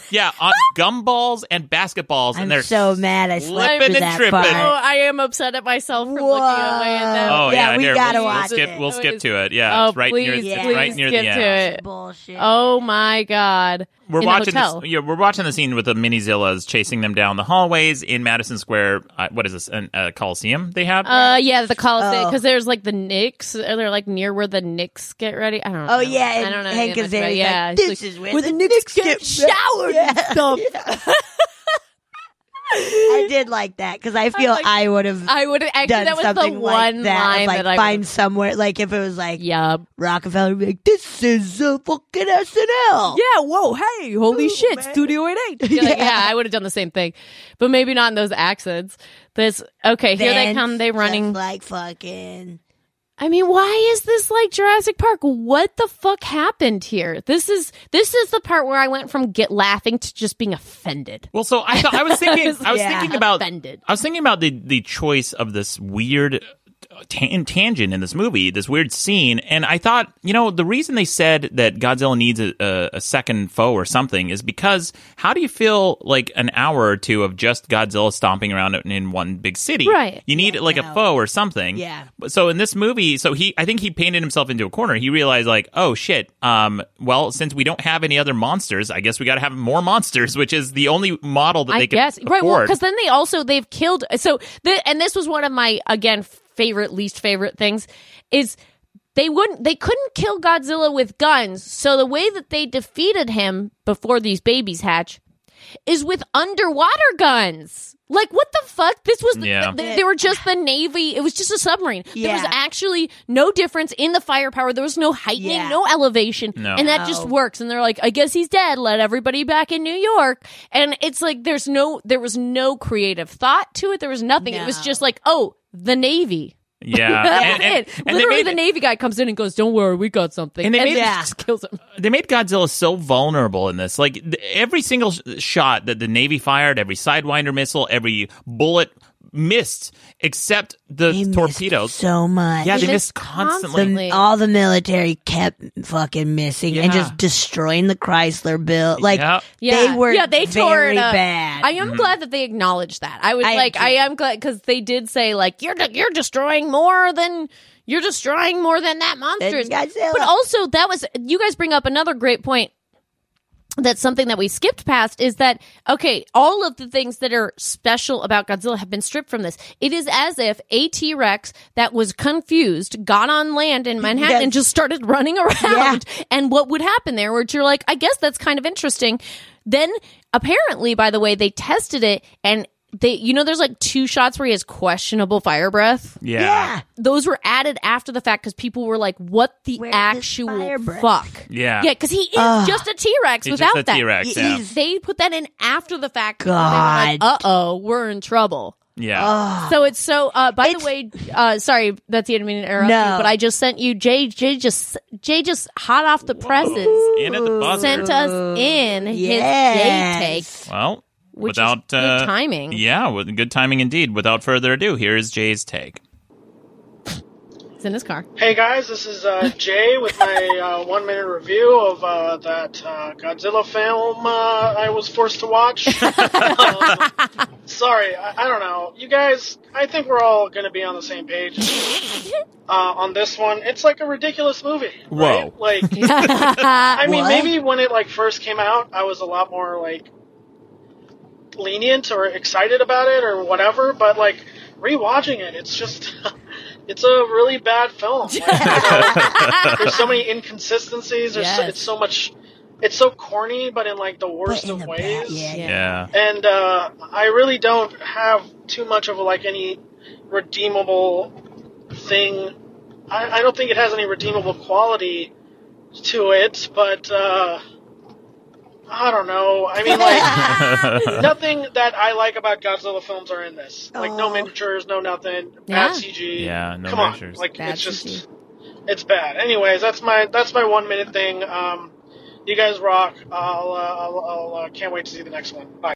S2: Yeah, on gumballs and basketballs.
S4: I'm
S2: and they're
S4: so mad. I slept
S2: flipping
S4: through
S2: and
S4: that
S2: tripping.
S3: oh,
S4: part.
S3: I am upset at myself for looking away at that.
S4: Whoa.
S2: Oh
S4: Yeah,
S2: yeah,
S4: we
S2: here,
S4: gotta
S2: we'll,
S4: watch
S2: we'll skip,
S4: it.
S2: We'll
S3: Oh,
S2: skip
S3: it's-
S2: to it. Yeah,
S3: oh,
S2: it's right near,
S3: please,
S2: it's
S4: please
S2: right near the
S3: skip
S2: end.
S3: to it.
S4: Bullshit.
S3: Oh my god!
S2: We're
S3: In the
S2: watching.
S3: hotel.
S2: This, yeah, we're watching the scene with the mini Zillas chasing them down the hallways in Madison Square. Uh, what is this? An, a Coliseum they have?
S3: Uh, yeah, the Coliseum
S4: Oh.
S3: because there's like the Knicks, or they're like near where the Knicks get ready. I don't. know.
S4: Oh yeah, and
S3: I don't know.
S4: Hank
S3: anything
S4: Azaria.
S3: about- yeah,
S4: like,
S3: he's
S4: this
S3: like,
S4: is where, the Knicks get
S3: showered
S4: Yeah.
S3: and stuff.
S4: I did like that because I feel
S3: like-
S4: I would have
S3: I would actually.
S4: done
S3: That was the
S4: something like
S3: one
S4: that.
S3: line
S4: of, like
S3: that I.
S4: find somewhere, like if it was like
S3: yeah.
S4: Rockefeller, be like, "This is a fucking SNL."
S3: Yeah. Whoa. Hey. Holy shit. Studio 88. Yeah, like, yeah, I would have done the same thing, but maybe not in those accents. This. Okay. Here they
S4: Then
S3: come. They
S4: just
S3: running.
S4: like fucking.
S3: I mean, why is this like Jurassic Park? What the fuck happened here? This is this is the part where I went from get laughing to just being offended.
S2: well, so I thought I was thinking. I was
S4: Yeah.
S2: thinking about.
S3: offended.
S2: I was thinking about the the choice of this weird tan- tangent in this movie, this weird scene, and I thought, you know, the reason they said that Godzilla needs a, a, a second foe or something is because how do you feel like an hour or two of just Godzilla stomping around in, in one big city?
S3: Right.
S2: You need like a foe or something.
S4: Yeah.
S2: But- So in this movie, so he, I think he painted himself into a corner. He realized like, oh shit, um, well, since we don't have any other monsters, I guess we got to have more monsters, which is the only model that they
S3: I
S2: could
S3: guess right. Well,
S2: afford.
S3: because then they also they've killed. So the, and this was one of my again favorite least favorite things is they wouldn't they couldn't kill Godzilla with guns. So the way that they defeated him before these babies hatch is with underwater guns. Like what the fuck? This was
S2: Yeah.
S3: th- they were just the navy. It was just a submarine. There was
S4: Yeah.
S3: actually no difference in the firepower. There was no heightening,
S4: Yeah.
S3: no elevation,
S2: No.
S3: and that just
S4: No.
S3: works. And they're like, I guess he's dead. Let everybody back in New York. And it's like there's no, there was no creative thought to it. There was nothing. It was
S4: No.
S3: just like, oh, the navy.
S2: Yeah,
S3: That's
S2: and, and-
S3: it.
S2: and they
S3: Literally,
S2: made
S3: the navy guy comes in and goes, "Don't worry, we got something,"
S2: And they made-
S4: Yeah.
S3: just kills him.
S2: they made Godzilla so vulnerable in this. Like th- every single sh- shot that the Navy fired, every sidewinder missile, every bullet missed, except the
S4: They missed
S2: torpedoes.
S4: so much.
S2: yeah, they
S3: They
S2: missed
S3: missed
S2: constantly.
S3: constantly.
S4: the, all the military kept fucking missing and
S2: Yeah.
S4: just destroying the Chrysler bill. Like
S2: Yep.
S3: Yeah.
S4: they were
S3: Yeah, they tore
S4: very
S3: it up.
S4: bad.
S3: I am glad that they acknowledged that. I was
S4: I am
S3: like,
S4: too.
S3: I am glad because they did say like, "You're de- you're destroying more than you're destroying more than that monster." is."
S4: Godzilla.
S3: But also, that was you guys bring up another great point. That's something that we skipped past is that okay? All of the things that are special about Godzilla have been stripped from this. It is as if a T Rex that was confused got on land in Manhattan
S4: Yes.
S3: and just started running around. And what would happen there? Which you're like, I guess that's kind of interesting. Then apparently, by the way, they tested it and they, you know, there's like two shots where he has questionable fire breath
S2: yeah. yeah.
S4: yeah.
S3: those were added after the fact because people were like, "What the
S4: Where is
S3: actual
S4: fire breath?
S3: fuck?"
S2: Yeah.
S3: yeah, because he is just a T Rex
S2: He's
S3: without
S2: just a
S3: that.
S2: T Rex.
S4: Y-
S2: Yeah.
S4: he's-
S3: They put that in after the fact.
S4: God.
S3: uh oh, we're in trouble.
S2: yeah.
S3: So it's so. Uh, by the way, uh, sorry, Betsy, I didn't mean to interrupt
S4: No.
S3: you, but I just sent you Jay. Jay just Jay just hot off the presses
S2: In at the buzzer.
S3: Oh. sent us in
S4: Uh, Yes.
S3: his Jay take,
S2: well,
S3: which
S2: without
S3: is good
S2: uh,
S3: timing.
S2: Yeah, with good timing indeed. Without further ado, here is Jay's take.
S3: It's in his car.
S5: Hey guys, this is uh, Jay with my uh, one minute review of uh, that uh, Godzilla film uh, I was forced to watch. um, sorry, I, I don't know. You guys, I think we're all going to be on the same page uh, on this one. It's like a ridiculous movie.
S2: Whoa.
S5: right? Like, I mean,
S4: What?
S5: maybe when it like first came out, I was a lot more like lenient or excited about it or whatever. But like rewatching it, it's just it's a really bad film. Like, there's so many inconsistencies. There's so,
S3: Yes.
S5: it's so much. It's so corny, but in like the worst
S4: But in
S5: of
S4: the
S5: ways
S4: back, yeah.
S3: Yeah.
S2: Yeah.
S5: and uh, I really don't have too much of like any redeemable thing. I, I don't think it has any redeemable quality to it, but uh, I don't know. I mean, like nothing that I like about Godzilla films are in this. Like no
S4: Oh.
S5: miniatures, no nothing,
S3: Yeah.
S5: bad CG.
S2: Yeah, no
S5: Come on,
S2: miniatures.
S5: like
S3: Bad
S5: it's just
S3: CG.
S5: it's bad. Anyways, that's my that's my one minute thing. Um, you guys rock. I'll, uh, I'll, I'll uh, can't wait to see the next one. Bye.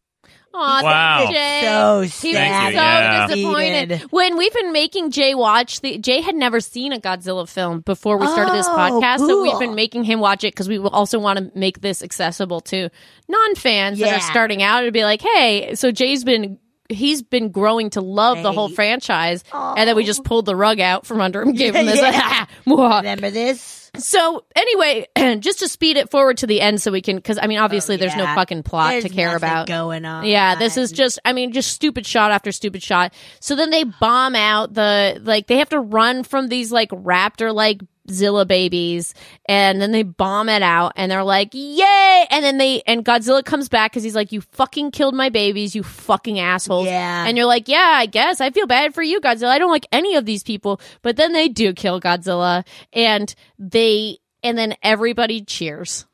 S3: Aw,
S2: Wow.
S3: thank you, Jay.
S4: So
S3: He was
S2: Oh. Thank
S4: sad.
S2: you, yeah.
S3: so disappointed.
S4: Defeated.
S3: When we've been making Jay watch the Jay had never seen a Godzilla film before we started this
S4: Oh,
S3: podcast, so we've
S4: cool.
S3: been making him watch it because we will also want to make this accessible to non fans that
S4: Yeah.
S3: are starting out. It'd be like, hey, so Jay's been he's been growing to love the whole
S4: Right.
S3: franchise, and then we just pulled the rug out from under him, gave him this.
S4: Yeah.
S3: Mwah.
S4: Remember this?
S3: So anyway, just to speed it forward to the end, so we can because I mean, obviously, there's no
S4: Oh, yeah.
S3: fucking plot
S4: There's
S3: to care
S4: nothing
S3: about.
S4: going on.
S3: Yeah, this is just I mean just stupid shot after stupid shot. So then they bomb out the like they have to run from these like raptor like Zilla babies and then they bomb it out and they're like, "Yay!" And then they and Godzilla comes back cuz he's like, "You fucking killed my babies, you fucking assholes."
S4: Yeah.
S3: And you're like, "Yeah, I guess I feel bad for you, Godzilla. I don't like any of these people." But then they do kill Godzilla and they and then everybody cheers.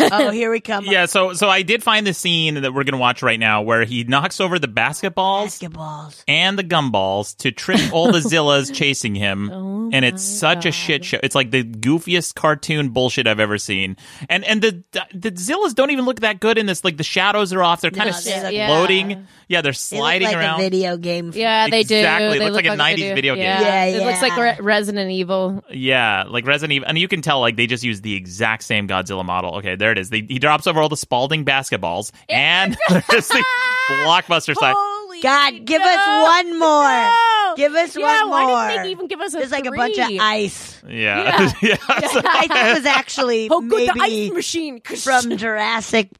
S4: oh, here we come.
S2: Yeah, so so I did find the scene that we're gonna watch right now where he knocks over the basketballs
S4: Basketballs.
S2: and the gumballs to trip all the Zillas chasing him.
S3: Oh
S2: and it's
S3: my
S2: such a
S3: God.
S2: shit show. It's like the goofiest cartoon bullshit I've ever seen. And and the the Zillas don't even look that good in this. Like the shadows are off. They're kind of
S4: No, they
S2: floating.
S4: look-
S3: yeah.
S2: Yeah. they're
S4: They look
S2: sliding
S4: like
S2: around.
S4: a video game.
S3: Yeah, they do.
S2: Exactly. It
S3: They
S2: looks like a
S3: look
S2: 90s
S3: they do.
S2: video game.
S3: Yeah.
S4: Yeah,
S3: It looks like
S4: yeah.
S3: Re- Resident Evil.
S2: Yeah, like Resident Evil, and you can tell like they just use the exact same Godzilla model. Okay, there it is. They, he drops over all the Spalding basketballs, and there's the blockbuster side.
S3: Holy
S4: God, give us one more. Give us
S3: yeah,
S4: one more.
S3: why didn't they even give us a
S4: There's like a bunch of
S3: three?
S4: ice.
S2: Yeah, yeah. so-
S4: I think it was actually
S3: Oh, good, the
S4: maybe
S3: ice machine.
S4: from Jurassic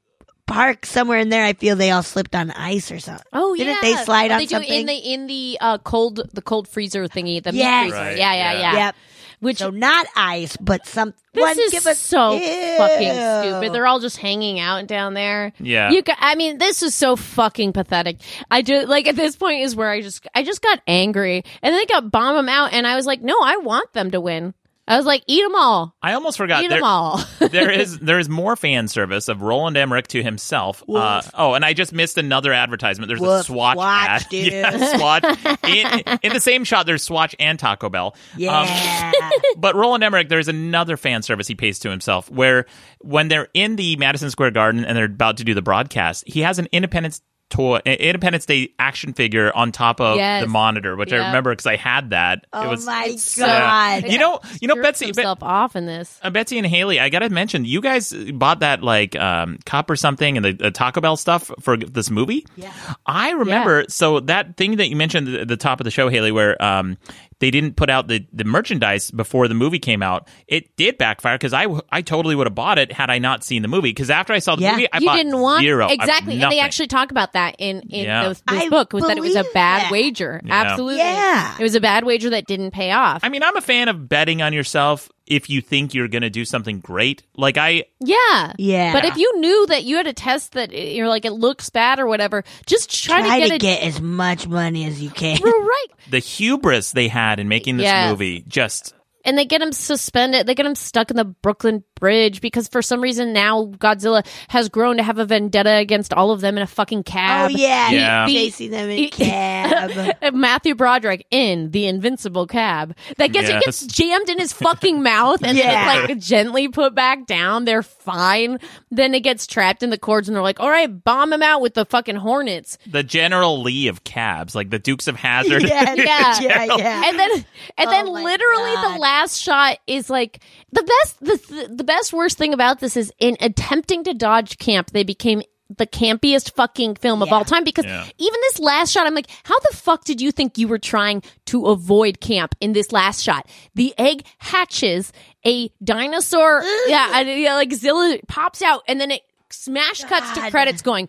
S4: Park somewhere in there. I feel they all slipped on ice or something.
S3: oh yeah,
S4: didn't they slide
S3: What
S4: on
S3: they do
S4: something?
S3: in the in the uh, cold the cold freezer thingy. The meat
S4: Yes.
S3: freezer.
S2: Right,
S3: yeah, yeah,
S2: yeah.
S3: yeah.
S4: Yep.
S3: Which
S4: So not ice, but some.
S3: this
S4: one,
S3: is
S4: give us,
S3: so fucking
S4: Ew.
S3: stupid. They're all just hanging out down there.
S2: Yeah.
S3: you. Got, I mean, this is so fucking pathetic. I do like at this point is where I just I just got angry, and then they got bomb them out, and I was like, no, I want them to win. I was like, eat them all,
S2: I almost forgot.
S3: eat
S2: there-
S3: them all.
S2: there is there is more fan service of Roland Emmerich to himself. Uh, oh, and I just missed another advertisement. There's a
S4: Woof.
S2: Swatch,
S4: Swatch,
S2: ad.
S4: dude.
S2: Yeah, Swatch. In, in the same shot, there's Swatch and Taco Bell. Um,
S4: Yeah.
S2: but Roland Emmerich, there's another fan service he pays to himself where when they're in the Madison Square Garden and they're about to do the broadcast, he has an Independence toy, uh, Independence Day action figure on top of
S3: Yes.
S2: the monitor, which I
S3: Yeah.
S2: remember because I had that.
S4: oh
S2: it was.
S4: my god.
S3: so-
S2: yeah. You know, you know,
S3: Jerks
S2: Betsy. Be-
S3: himself off in this.
S2: uh, Betsy and Haley, I gotta mention, you guys bought that like um, cup or something and the, the Taco Bell stuff for this movie. Yeah, I remember. So that thing that you mentioned at the top of the show, Haley, where um, they didn't put out the, the merchandise before the movie came out, it did backfire because I, w- I totally would have bought it had I not seen the movie. Because after I saw the
S4: Yeah.
S2: movie, I
S3: you
S2: bought
S3: didn't want
S2: zero I bought
S3: exactly, and they
S2: nothing.
S3: actually talk about that in in
S2: Yeah.
S3: the, this
S4: I
S3: book was that it was a
S4: believe
S3: bad
S4: that.
S3: wager.
S2: Yeah.
S3: Absolutely,
S4: Yeah.
S3: it was a bad wager that didn't pay off.
S2: I mean, I'm a fan of betting on yourself if you think you're gonna do something great. Like I,
S3: Yeah.
S4: Yeah.
S3: But if you knew that you had a test that i- you're like, it looks bad or whatever, just try,
S4: Try
S3: to get
S4: to
S3: it
S4: get as much money as you can.
S3: right.
S2: the hubris they had in making this
S3: Yes.
S2: movie just.
S3: And they get him suspended. They get him stuck in the Brooklyn Bridge because for some reason now Godzilla has grown to have a vendetta against all of them in a fucking
S4: Oh
S3: cab.
S4: yeah,
S2: Yeah.
S4: chasing them in a
S3: He-
S4: cab.
S3: Matthew Broderick in the Invincible Cab that gets it gets
S2: Yes.
S3: jammed in his fucking mouth and
S4: Yeah.
S3: then like gently put back down. They're fine. Then it gets trapped in the cords and they're like, "All right, bomb him out with the fucking hornets."
S2: the General Lee of cabs, like the Dukes of Hazard.
S4: yeah,
S3: Yeah.
S4: yeah, yeah.
S3: and then and
S4: Oh
S3: then
S4: my
S3: literally the
S4: God.
S3: last shot is like the best the the best worst thing about this is in attempting to dodge camp they became the campiest fucking film of
S4: Yeah.
S3: all time because
S2: Yeah.
S3: even this last shot I'm like how the fuck did you think you were trying to avoid camp in this last shot the egg hatches a dinosaur yeah, I- yeah like Zilla pops out and then it smash cuts to
S4: God.
S3: credits going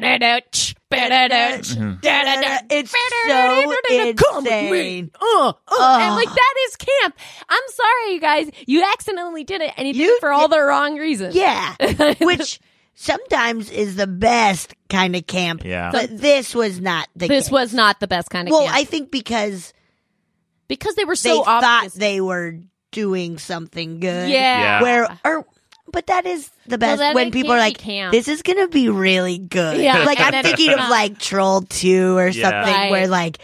S3: ba-da-da-ch, ba-da-da-ch, da-da-da,
S4: Mm-hmm. It's so
S3: ba-da-da-da-da-da, come with me.
S4: insane.
S3: Uh, uh, and like that is camp. I'm sorry, you guys. You accidentally did it, and you, did
S4: You
S3: it for all the wrong reasons.
S4: Yeah, which sometimes is the best kind of camp.
S2: Yeah.
S4: but this was not the.
S3: this
S4: camp.
S3: was not the best kind of
S4: well,
S3: camp
S4: I think because
S3: because they were
S4: they
S3: so
S4: thought
S3: obvious.
S4: they were doing something good.
S3: yeah.
S2: Yeah.
S4: where or. But that is the best
S3: that
S4: when
S3: it
S4: people are
S3: can't
S4: like,
S3: be camp.
S4: "This is gonna be really good."
S3: Yeah,
S4: like
S3: and
S4: I'm
S3: then it's
S4: thinking of
S3: not.
S4: like Troll Two or
S2: Yeah.
S4: something,
S3: Right.
S4: where like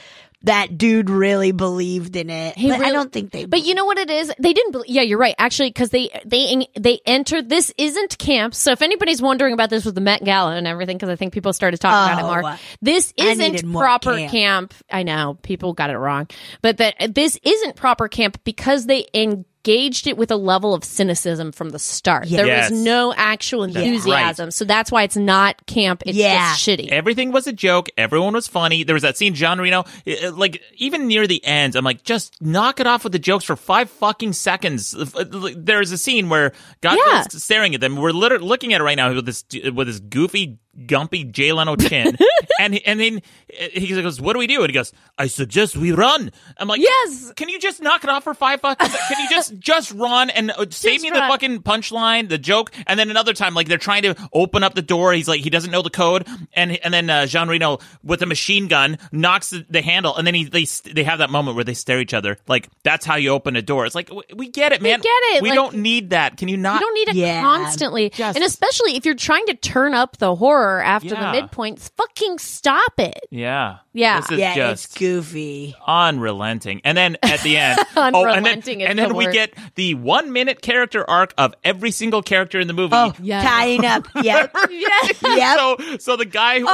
S4: that dude really believed in it.
S3: He
S4: but I
S3: really-
S4: don't think they.
S3: But you know what it is? They didn't. Believe, yeah, you're right. Actually, because they they they entered. This isn't camp. So if anybody's wondering about this with the Met Gala and everything, because I think people started talking about it
S4: Oh,
S3: more. This
S4: I needed
S3: isn't
S4: more
S3: proper camp.
S4: camp.
S3: I know people got it wrong, but that this isn't proper camp because they engaged it with a level of cynicism from the start. There
S2: Yes.
S3: was no actual enthusiasm, so that's why it's not camp. It's
S4: Yeah.
S3: just shitty.
S2: Everything was a joke. Everyone was funny. There was that scene, John Reno, eh, eh, like even near the end, I'm like, just knock it off with the jokes for five fucking seconds. If, eh, like, There's a scene where Godzilla's
S3: Yeah.
S2: staring at them. We're literally looking at it right now with this with this goofy, gumpy Jay Leno chin, and he- and then eh, he goes, "What do we do?" And he goes, "I suggest we run." I'm like,
S3: Yes.
S2: Can you just knock it off for five fucking? sec- Can you just just run and uh, save me the
S3: run.
S2: fucking?" fucking punchline, the joke, and then another time, like they're trying to open up the door. He's like, he doesn't know the code, and and then uh, Jean Reno with a machine gun knocks the, the handle, and then he they st- they have that moment where they stare at each other, like that's how you open a door. It's like w- we get it, man.
S3: get it,
S2: We
S3: like-
S2: don't need that. Can you not?
S3: You don't need it
S4: Yeah.
S3: constantly.
S2: Just-
S3: and especially if you're trying to turn up the horror after
S2: Yeah.
S3: the midpoint, fucking stop it.
S2: yeah,
S3: Yeah.
S2: This is
S4: yeah,
S2: just
S4: it's goofy.
S2: unrelenting. And then at the end, oh, and then,
S3: Unrelenting is
S2: and then
S3: the
S2: we
S3: word.
S2: get the one minute character arc of every single character in the movie.
S4: Oh,
S3: Yeah.
S4: tying up. Yep.
S3: Yes.
S4: Yep. Ah.
S2: So, so the guy who,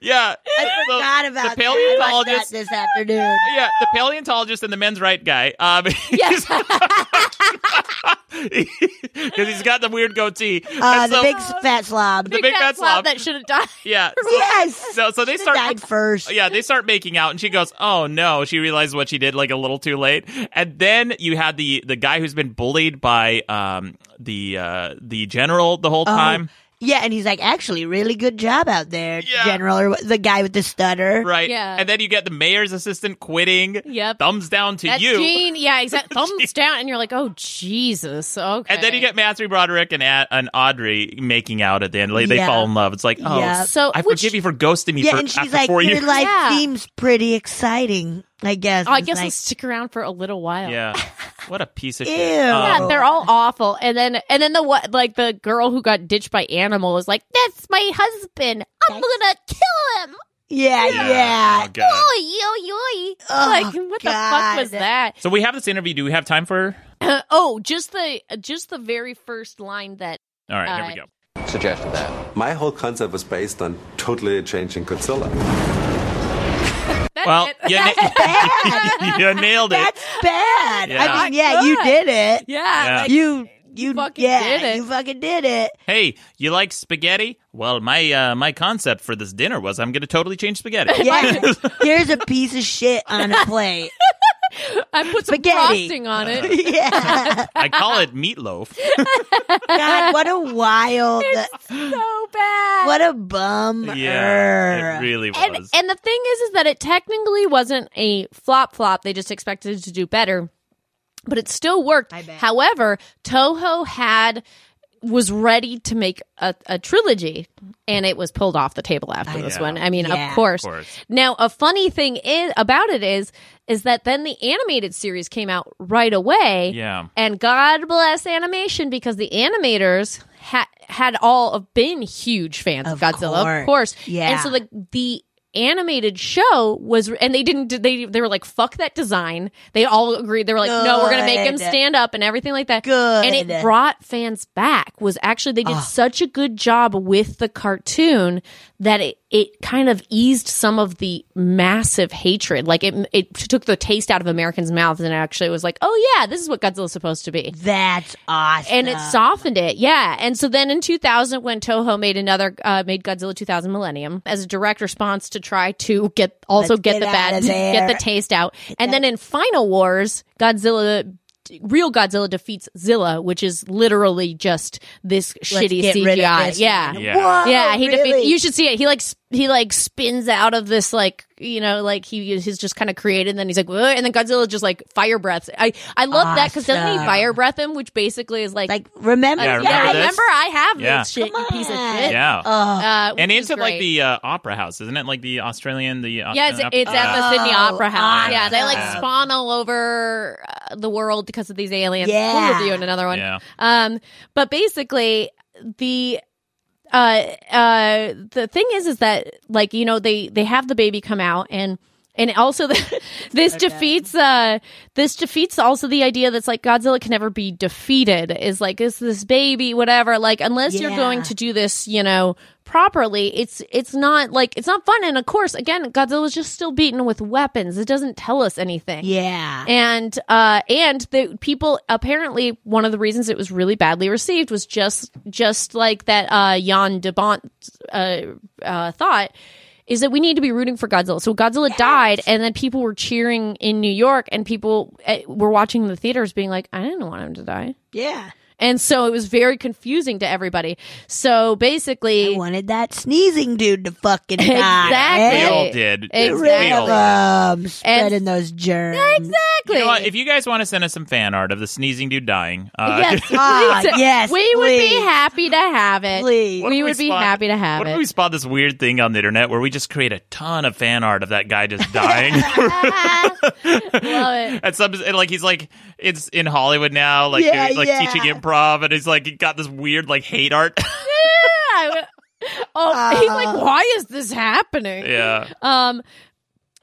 S2: yeah,
S4: I
S2: so
S4: forgot
S2: the
S4: about that. I watched that
S2: paleontologist.
S4: this afternoon.
S2: yeah, the paleontologist and the men's right guy. Um,
S3: Yes.
S2: because he's got the weird goatee.
S4: Uh,
S2: And
S4: the
S2: so-
S4: big fat slob.
S2: The big fat slob.
S3: that should have died.
S2: yeah. So,
S4: yes.
S2: so, so they
S4: Should've
S2: start.
S4: died first.
S2: Yeah, they start making out, and she goes, "Oh no!" She realized what she did, like a little too late. And then you had
S4: Oh.
S2: the the guy who's been bullied by um the uh the general the whole time.
S4: Yeah, and he's like, actually, really good job out there,
S2: Yeah.
S4: General, or what- the guy with the stutter.
S2: Right.
S3: Yeah.
S2: And then you get the mayor's assistant quitting.
S3: Yep.
S2: Thumbs down to
S3: That's
S2: you.
S3: Gene. Yeah, exactly. Thumbs down, and you're like, oh Jesus. Okay.
S2: And then you get Matthew Broderick and, A- and Audrey making out at the end. Like, They
S4: Yeah.
S2: fall in love. It's like, oh,
S4: Yeah.
S3: so
S2: I
S3: which,
S2: forgive you for ghosting me
S4: Yeah,
S2: for
S4: and she's
S2: after
S4: like,
S2: four
S4: your
S2: years.
S4: life
S3: Yeah.
S4: seems pretty exciting, I guess.
S3: Oh, I
S4: It's
S3: guess
S4: like,
S3: I'll stick around for a little while.
S2: yeah. What a piece of shit.
S4: Ew.
S3: Yeah,
S2: Um,
S3: they're all awful. And then and then the what like the girl who got ditched by animal is like, That's my husband. I'm gonna kill him.
S4: yeah, yeah.
S2: Oh, God.
S3: Oy, oy, oy.
S4: Oh,
S3: like what the fuck was
S4: God.
S3: that?
S2: So we have this interview. Do we have time for?
S3: oh, just the just the very first line that
S2: All right, here
S3: Uh,
S2: we go.
S6: suggested that.
S7: My whole concept was based on totally changing Godzilla.
S3: that's
S2: Well,
S3: it.
S2: you, na- you nailed it.
S4: That's bad.
S2: Yeah.
S4: I mean, yeah, you
S3: Good.
S4: did it.
S3: yeah,
S2: Yeah.
S3: like,
S4: You you
S3: fucking
S4: yeah,
S3: did it.
S4: You fucking did it.
S2: Hey, you like spaghetti? Well, my uh, my concept for this dinner was I'm going to totally change spaghetti.
S4: Yeah. Here's a piece of shit on a plate.
S3: I put some
S4: Spaghetti.
S3: frosting on it.
S4: yeah.
S2: I call it meatloaf.
S4: God, what a wild
S3: so bad.
S4: what a bum.
S2: yeah, it really was.
S3: and and the thing is is that it technically wasn't a flop flop. They just expected it to do better. But it still worked.
S4: I bet.
S3: However, Toho had was ready to make a, a trilogy and it was pulled off the table after this
S2: know.
S3: one. I mean,
S4: Yeah.
S3: of course.
S2: Of course.
S3: Now, a funny thing is about it is is that then the animated series came out right away.
S2: yeah.
S3: And God bless animation because the animators ha- had all of been huge fans of,
S4: Of
S3: Godzilla,
S4: course.
S3: of course.
S4: Yeah.
S3: And so the the animated show was and they didn't they they were like fuck that design. They all agreed they were like no, we're going to make him
S4: Good.
S3: stand up and everything like that.
S4: Good.
S3: And it brought fans back. Was actually they did such a good job with the cartoon that it it kind of eased some of the massive hatred. Like it it took the taste out of Americans' mouths and actually was like, "Oh yeah, this is what Godzilla's supposed to be."
S4: That's awesome.
S3: and it softened it. Yeah. And so then in 2000, when Toho made another, uh, made Godzilla 2000 Millennium as a direct response to try to get, also
S4: Let's
S3: get,
S4: get
S3: the
S4: out
S3: bad,
S4: of there.
S3: get the taste out. and then in Final Wars, Godzilla, real Godzilla defeats Zilla, which is literally just this
S4: Let's
S3: shitty
S4: get
S3: CGI.
S4: rid of this
S3: yeah.
S4: one.
S2: Yeah.
S4: Whoa,
S3: Yeah, he
S4: Oh, really?
S3: defeats. You should see it. He like s- he like spins out of this like you know like he he's just kind of created. And then he's like, "Whoa," and then Godzilla just like fire breaths. I I love that because doesn't he
S4: Awesome.
S3: fire breath him, which basically is like
S4: like remember
S2: Yeah,
S4: that?
S2: remember
S3: yeah,
S2: this?
S3: remember I have
S2: Yeah.
S3: this shit,
S4: Come
S3: you piece of
S4: on.
S3: shit.
S2: Yeah.
S4: Oh,
S3: Uh,
S2: and
S3: which
S2: it's
S3: is
S2: at like
S3: great.
S2: the uh, opera house, isn't it? Like the Australian, the
S3: yeah,
S2: Australian
S3: it's,
S2: opera-
S3: it's at
S2: uh,
S3: the Sydney
S4: Oh,
S3: Opera House.
S4: awesome.
S3: Yeah, they like
S2: Yeah.
S3: spawn all over uh, the world because of these aliens.
S4: Yeah.
S3: We'll review in another one.
S2: yeah.
S3: Um, but basically, the uh uh the thing is is that like you know they they have the baby come out and and also the, this defeats uh this defeats also the idea that's like Godzilla can never be defeated is like is this baby whatever like unless you're
S4: Yeah.
S3: going to do this you know properly it's it's not like it's not fun and of course again Godzilla's just still beaten with weapons it doesn't tell us anything
S4: yeah.
S3: and uh and the people apparently one of the reasons it was really badly received was just just like that uh Jan de Bont uh, uh thought is that we need to be rooting for Godzilla. So Godzilla died and then people were cheering in New York and people uh, were watching the theaters being like I didn't want him to die.
S4: yeah.
S3: And so it was very confusing to everybody. So
S4: I
S3: basically
S4: wanted that sneezing dude to fucking die.
S3: Exactly.
S2: We
S4: Eh?
S2: all did.
S4: Get
S3: Exactly.
S2: We
S4: rid
S2: all
S4: of
S2: did.
S4: 'em, Spreading those germs.
S3: exactly
S2: You know what? If you guys want to send us some fan art of the sneezing dude dying, uh,
S3: Yes,
S4: Ah,
S3: please.
S4: yes,
S3: we would be
S4: please.
S3: happy to have it.
S4: Please.
S2: What
S3: we
S2: if
S3: would be
S2: spot-
S3: happy to have
S2: what
S3: it.
S2: if we spot this weird thing on the internet where we just create a ton of fan art of that guy just dying?
S3: Love it.
S2: At some, and like he's like it's in Hollywood now, like
S4: Yeah,
S2: doing- like
S4: yeah.
S2: teaching improv, and he's like got this weird like hate art.
S3: I would- oh, he's
S4: Ah.
S3: like, why is this happening?
S2: yeah,
S3: Um.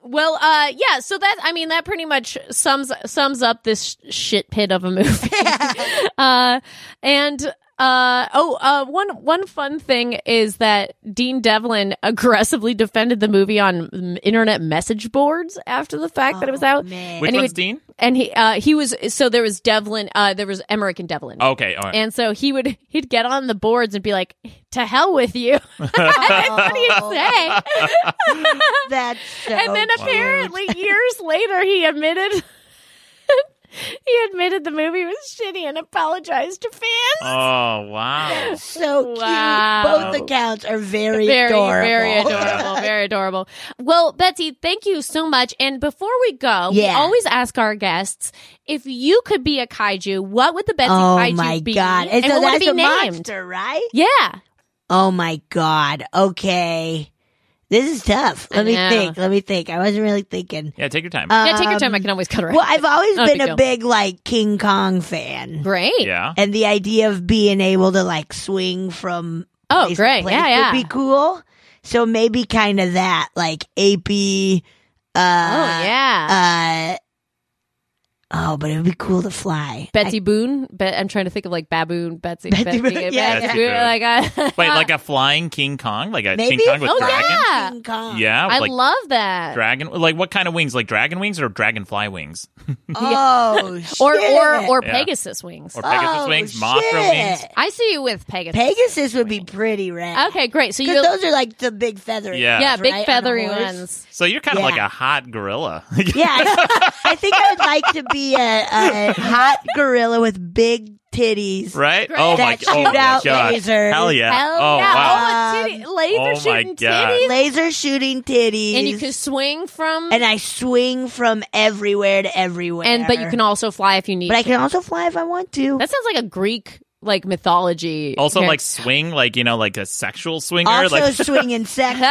S3: Well, uh, yeah. So that I mean, that pretty much sums sums up this sh- shit pit of a movie. uh, and uh, oh, uh, one one fun thing is that Dean Devlin aggressively defended the movie on mm, internet message boards after the fact that it was
S4: Oh,
S3: out.
S4: man.
S2: which
S3: And he
S2: one's
S3: would-
S2: Dean?
S3: And he uh, he was so there was Devlin, uh, there was Emmerich and Devlin.
S2: Okay, all right.
S3: And so he would he'd get on the boards and be like, "To hell with you." That's what he'd say.
S4: That's so
S3: and then
S4: cute.
S3: apparently years later he admitted He admitted the movie was shitty and apologized to fans.
S2: Oh wow.
S4: So
S3: Wow.
S4: cute. Both accounts are very,
S3: very,
S4: adorable.
S3: very adorable. Very adorable. Well, Betsy, thank you so much. And before we go, we
S4: Yeah.
S3: always ask our guests if you could be a kaiju, what would the Betsy
S4: oh
S3: kaiju
S4: my
S3: be?
S4: god!
S3: And,
S4: And so
S3: what
S4: that's
S3: would it be
S4: a
S3: named?
S4: monster, right?
S3: Yeah.
S4: Oh my god. Okay, this is tough.
S3: I
S4: Let me
S3: know.
S4: think. Let me think. I wasn't really thinking.
S2: Yeah, take your time.
S3: Yeah, take your time. I
S4: Um,
S3: can always cut her
S4: Well, I've always
S3: Not a
S4: been
S3: big
S4: a
S3: deal.
S4: big like King Kong fan.
S3: Great.
S2: yeah.
S4: and the idea of being able to like swing from
S3: Oh,
S4: place to
S3: great.
S4: place
S3: Yeah,
S4: would
S3: yeah.
S4: be cool. So maybe kind of that like apey. Uh,
S3: oh, yeah.
S4: Uh, oh, but it would be cool to fly.
S3: Betsy Boone. Be- I'm trying to think of like baboon, Betsy,
S4: Betsy
S3: Betsy,
S4: Boone, yeah,
S3: Betsy
S2: yeah.
S3: Boone, Like, uh, I,
S2: Wait, like a flying King Kong, like a
S4: Maybe?
S2: King Kong with
S3: Oh,
S2: dragon.
S3: yeah.
S4: King Kong.
S2: Yeah, with,
S3: I
S2: like
S3: love that.
S2: dragon. Like what kind of wings? Like dragon wings or dragonfly wings
S4: Oh,
S3: or
S4: shit.
S3: or or
S2: Yeah.
S3: Pegasus wings.
S2: or Pegasus
S4: Oh,
S2: wings, Mothra wings.
S4: shit.
S3: I see you with Pegasus.
S4: Pegasus would be pretty rad.
S3: Okay, great. So
S4: 'Cause
S3: you
S4: those are like the big feathery.
S2: Yeah.
S4: ones,
S3: yeah, big
S4: right, on a
S3: feathery
S4: horse?
S3: ones.
S2: So you're kind of like
S4: Yeah.
S2: a hot gorilla.
S4: Yeah, I, I think I would like to be a, a hot gorilla with big titties.
S2: Right? Oh my,
S4: That
S2: oh my
S4: shootout
S2: god!
S4: laser.
S2: Hell yeah!
S3: Hell
S2: oh
S3: yeah.
S2: wow!
S3: Oh, a titty,
S4: Um,
S3: laser
S2: Oh, my
S3: shooting
S2: God.
S3: titties.
S4: Laser shooting titties.
S3: And you can swing from
S4: and
S3: and,
S4: I swing from everywhere to everywhere.
S3: but you can also fly if you need.
S4: But I can also fly if I want to.
S3: that sounds like a Greek like mythology.
S2: Also,
S3: Okay.
S2: like swing, like you know, like a sexual swinger,
S4: Oh, also
S2: like
S4: swinging sexually,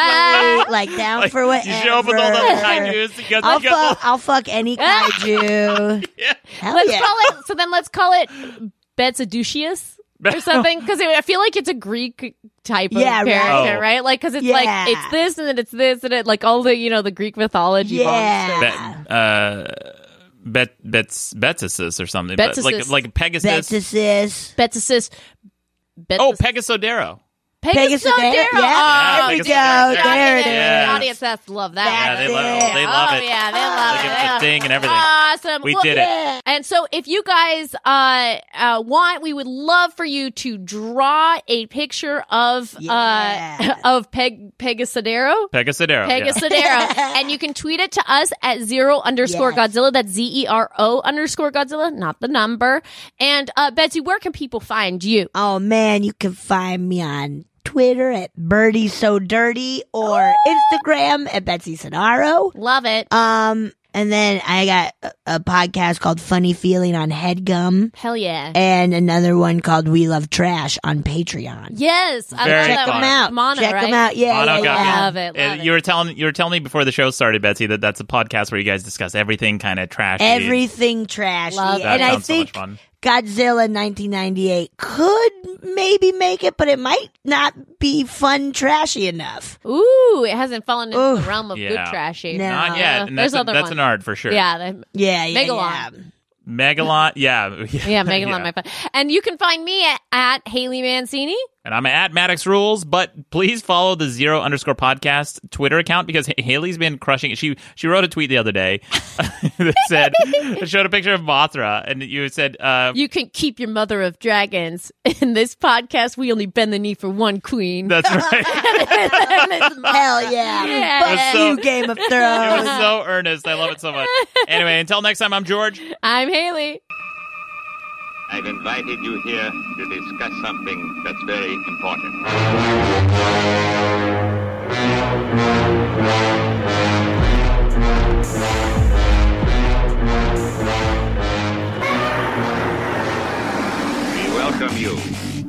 S4: like down
S2: like,
S4: for whatever.
S2: You show up with all those kaijus because
S4: I'll
S2: you got
S4: fuck. I'll fuck any kaiju.
S2: Yeah.
S4: Hell
S3: let's
S4: yeah.
S3: call it. So then let's call it Betsaducius or something because I feel like it's a Greek type of
S4: Yeah, right.
S3: character,
S2: Oh.
S3: right? Like because it's like
S4: Yeah.
S3: it's this and then it's this and it like all the you know the Greek mythology.
S4: Yeah.
S2: bet, uh, bet, bets, betsis or something, but like
S3: Betsis.
S2: like Pegasus.
S4: Betasis.
S3: Betsasus. Bet-
S2: Oh, Pegasodero.
S4: Pegasus
S3: Pegasodero.
S4: there-
S3: Oh,
S4: yeah. There we
S2: Ah, Pegasus
S4: go.
S2: there.
S4: There it
S2: Yeah.
S4: is.
S3: The audience has to love
S2: Yeah,
S3: that.
S2: they
S4: That's
S2: love
S4: it.
S2: it. They love
S3: oh,
S2: it.
S3: yeah, they love
S2: They
S3: it.
S2: give
S3: They
S2: it
S3: love
S2: the thing and everything.
S3: Awesome.
S2: We
S3: Well,
S2: did it.
S3: And so, if you guys uh, uh, want, we would love for you to draw a picture of
S4: Yeah.
S3: uh, of Peg Pegasodero.
S2: Pegasodero. Oh, yeah.
S3: Pegasodero, and you can tweet it to us at zero underscore
S4: Yes.
S3: Godzilla. That's Z E R O underscore Godzilla, not the number. And uh, Betsy, where can people find you?
S4: Oh man, you can find me on Twitter at Birdie So Dirty or Instagram at Betsy Sonaro.
S3: Love it.
S4: Um, and then I got a, a podcast called Funny Feeling on Headgum,
S3: Hell yeah.
S4: and another one called We Love Trash on Patreon.
S3: Yes, I
S2: Very
S3: love
S4: Check
S3: that
S2: fun.
S4: them
S3: one.
S4: out.
S3: Mono,
S4: Check
S3: right?
S4: them out. Yeah,
S2: Mono
S4: yeah,
S2: got
S4: yeah.
S2: me.
S3: Love it.
S2: Uh,
S3: Love
S2: you
S3: it.
S2: were telling you were telling me before the show started, Betsy, that that's a podcast where you guys discuss everything kind of trashy.
S4: Everything trash.
S3: Love
S2: That
S4: and I
S2: sounds so much
S4: think
S2: fun.
S4: Godzilla 1998 could maybe make it, but it might not be fun trashy enough.
S3: Ooh, it hasn't fallen into the
S4: Oof.
S3: realm of good
S2: Yeah.
S3: trashy.
S4: No.
S2: Not yet. And
S3: There's
S2: that's a,
S3: other
S2: that's
S3: one.
S2: an art for sure.
S3: Yeah, the,
S4: Yeah, yeah,
S3: Megalon.
S4: yeah.
S2: Megalon. Yeah.
S3: yeah, Megalon, my fun. And you can find me at, at Haley Mancini.
S2: And I'm at Maddox Rules, but please follow the zero underscore podcast Twitter account because H- Haley's been crushing it. She she wrote a tweet the other day that said showed a picture of Mothra, and you said, uh,
S3: You can keep your mother of dragons. In this podcast, we only bend the knee for one queen.
S2: "That's right."
S4: Hell yeah.
S3: Yeah.
S4: Fuck
S2: So-
S4: you, Game of
S2: it was
S4: Thrones.
S2: so earnest. I love it so much. Anyway, until next time, I'm George.
S3: I'm Haley.
S1: I've invited you here to discuss something that's very important. We welcome you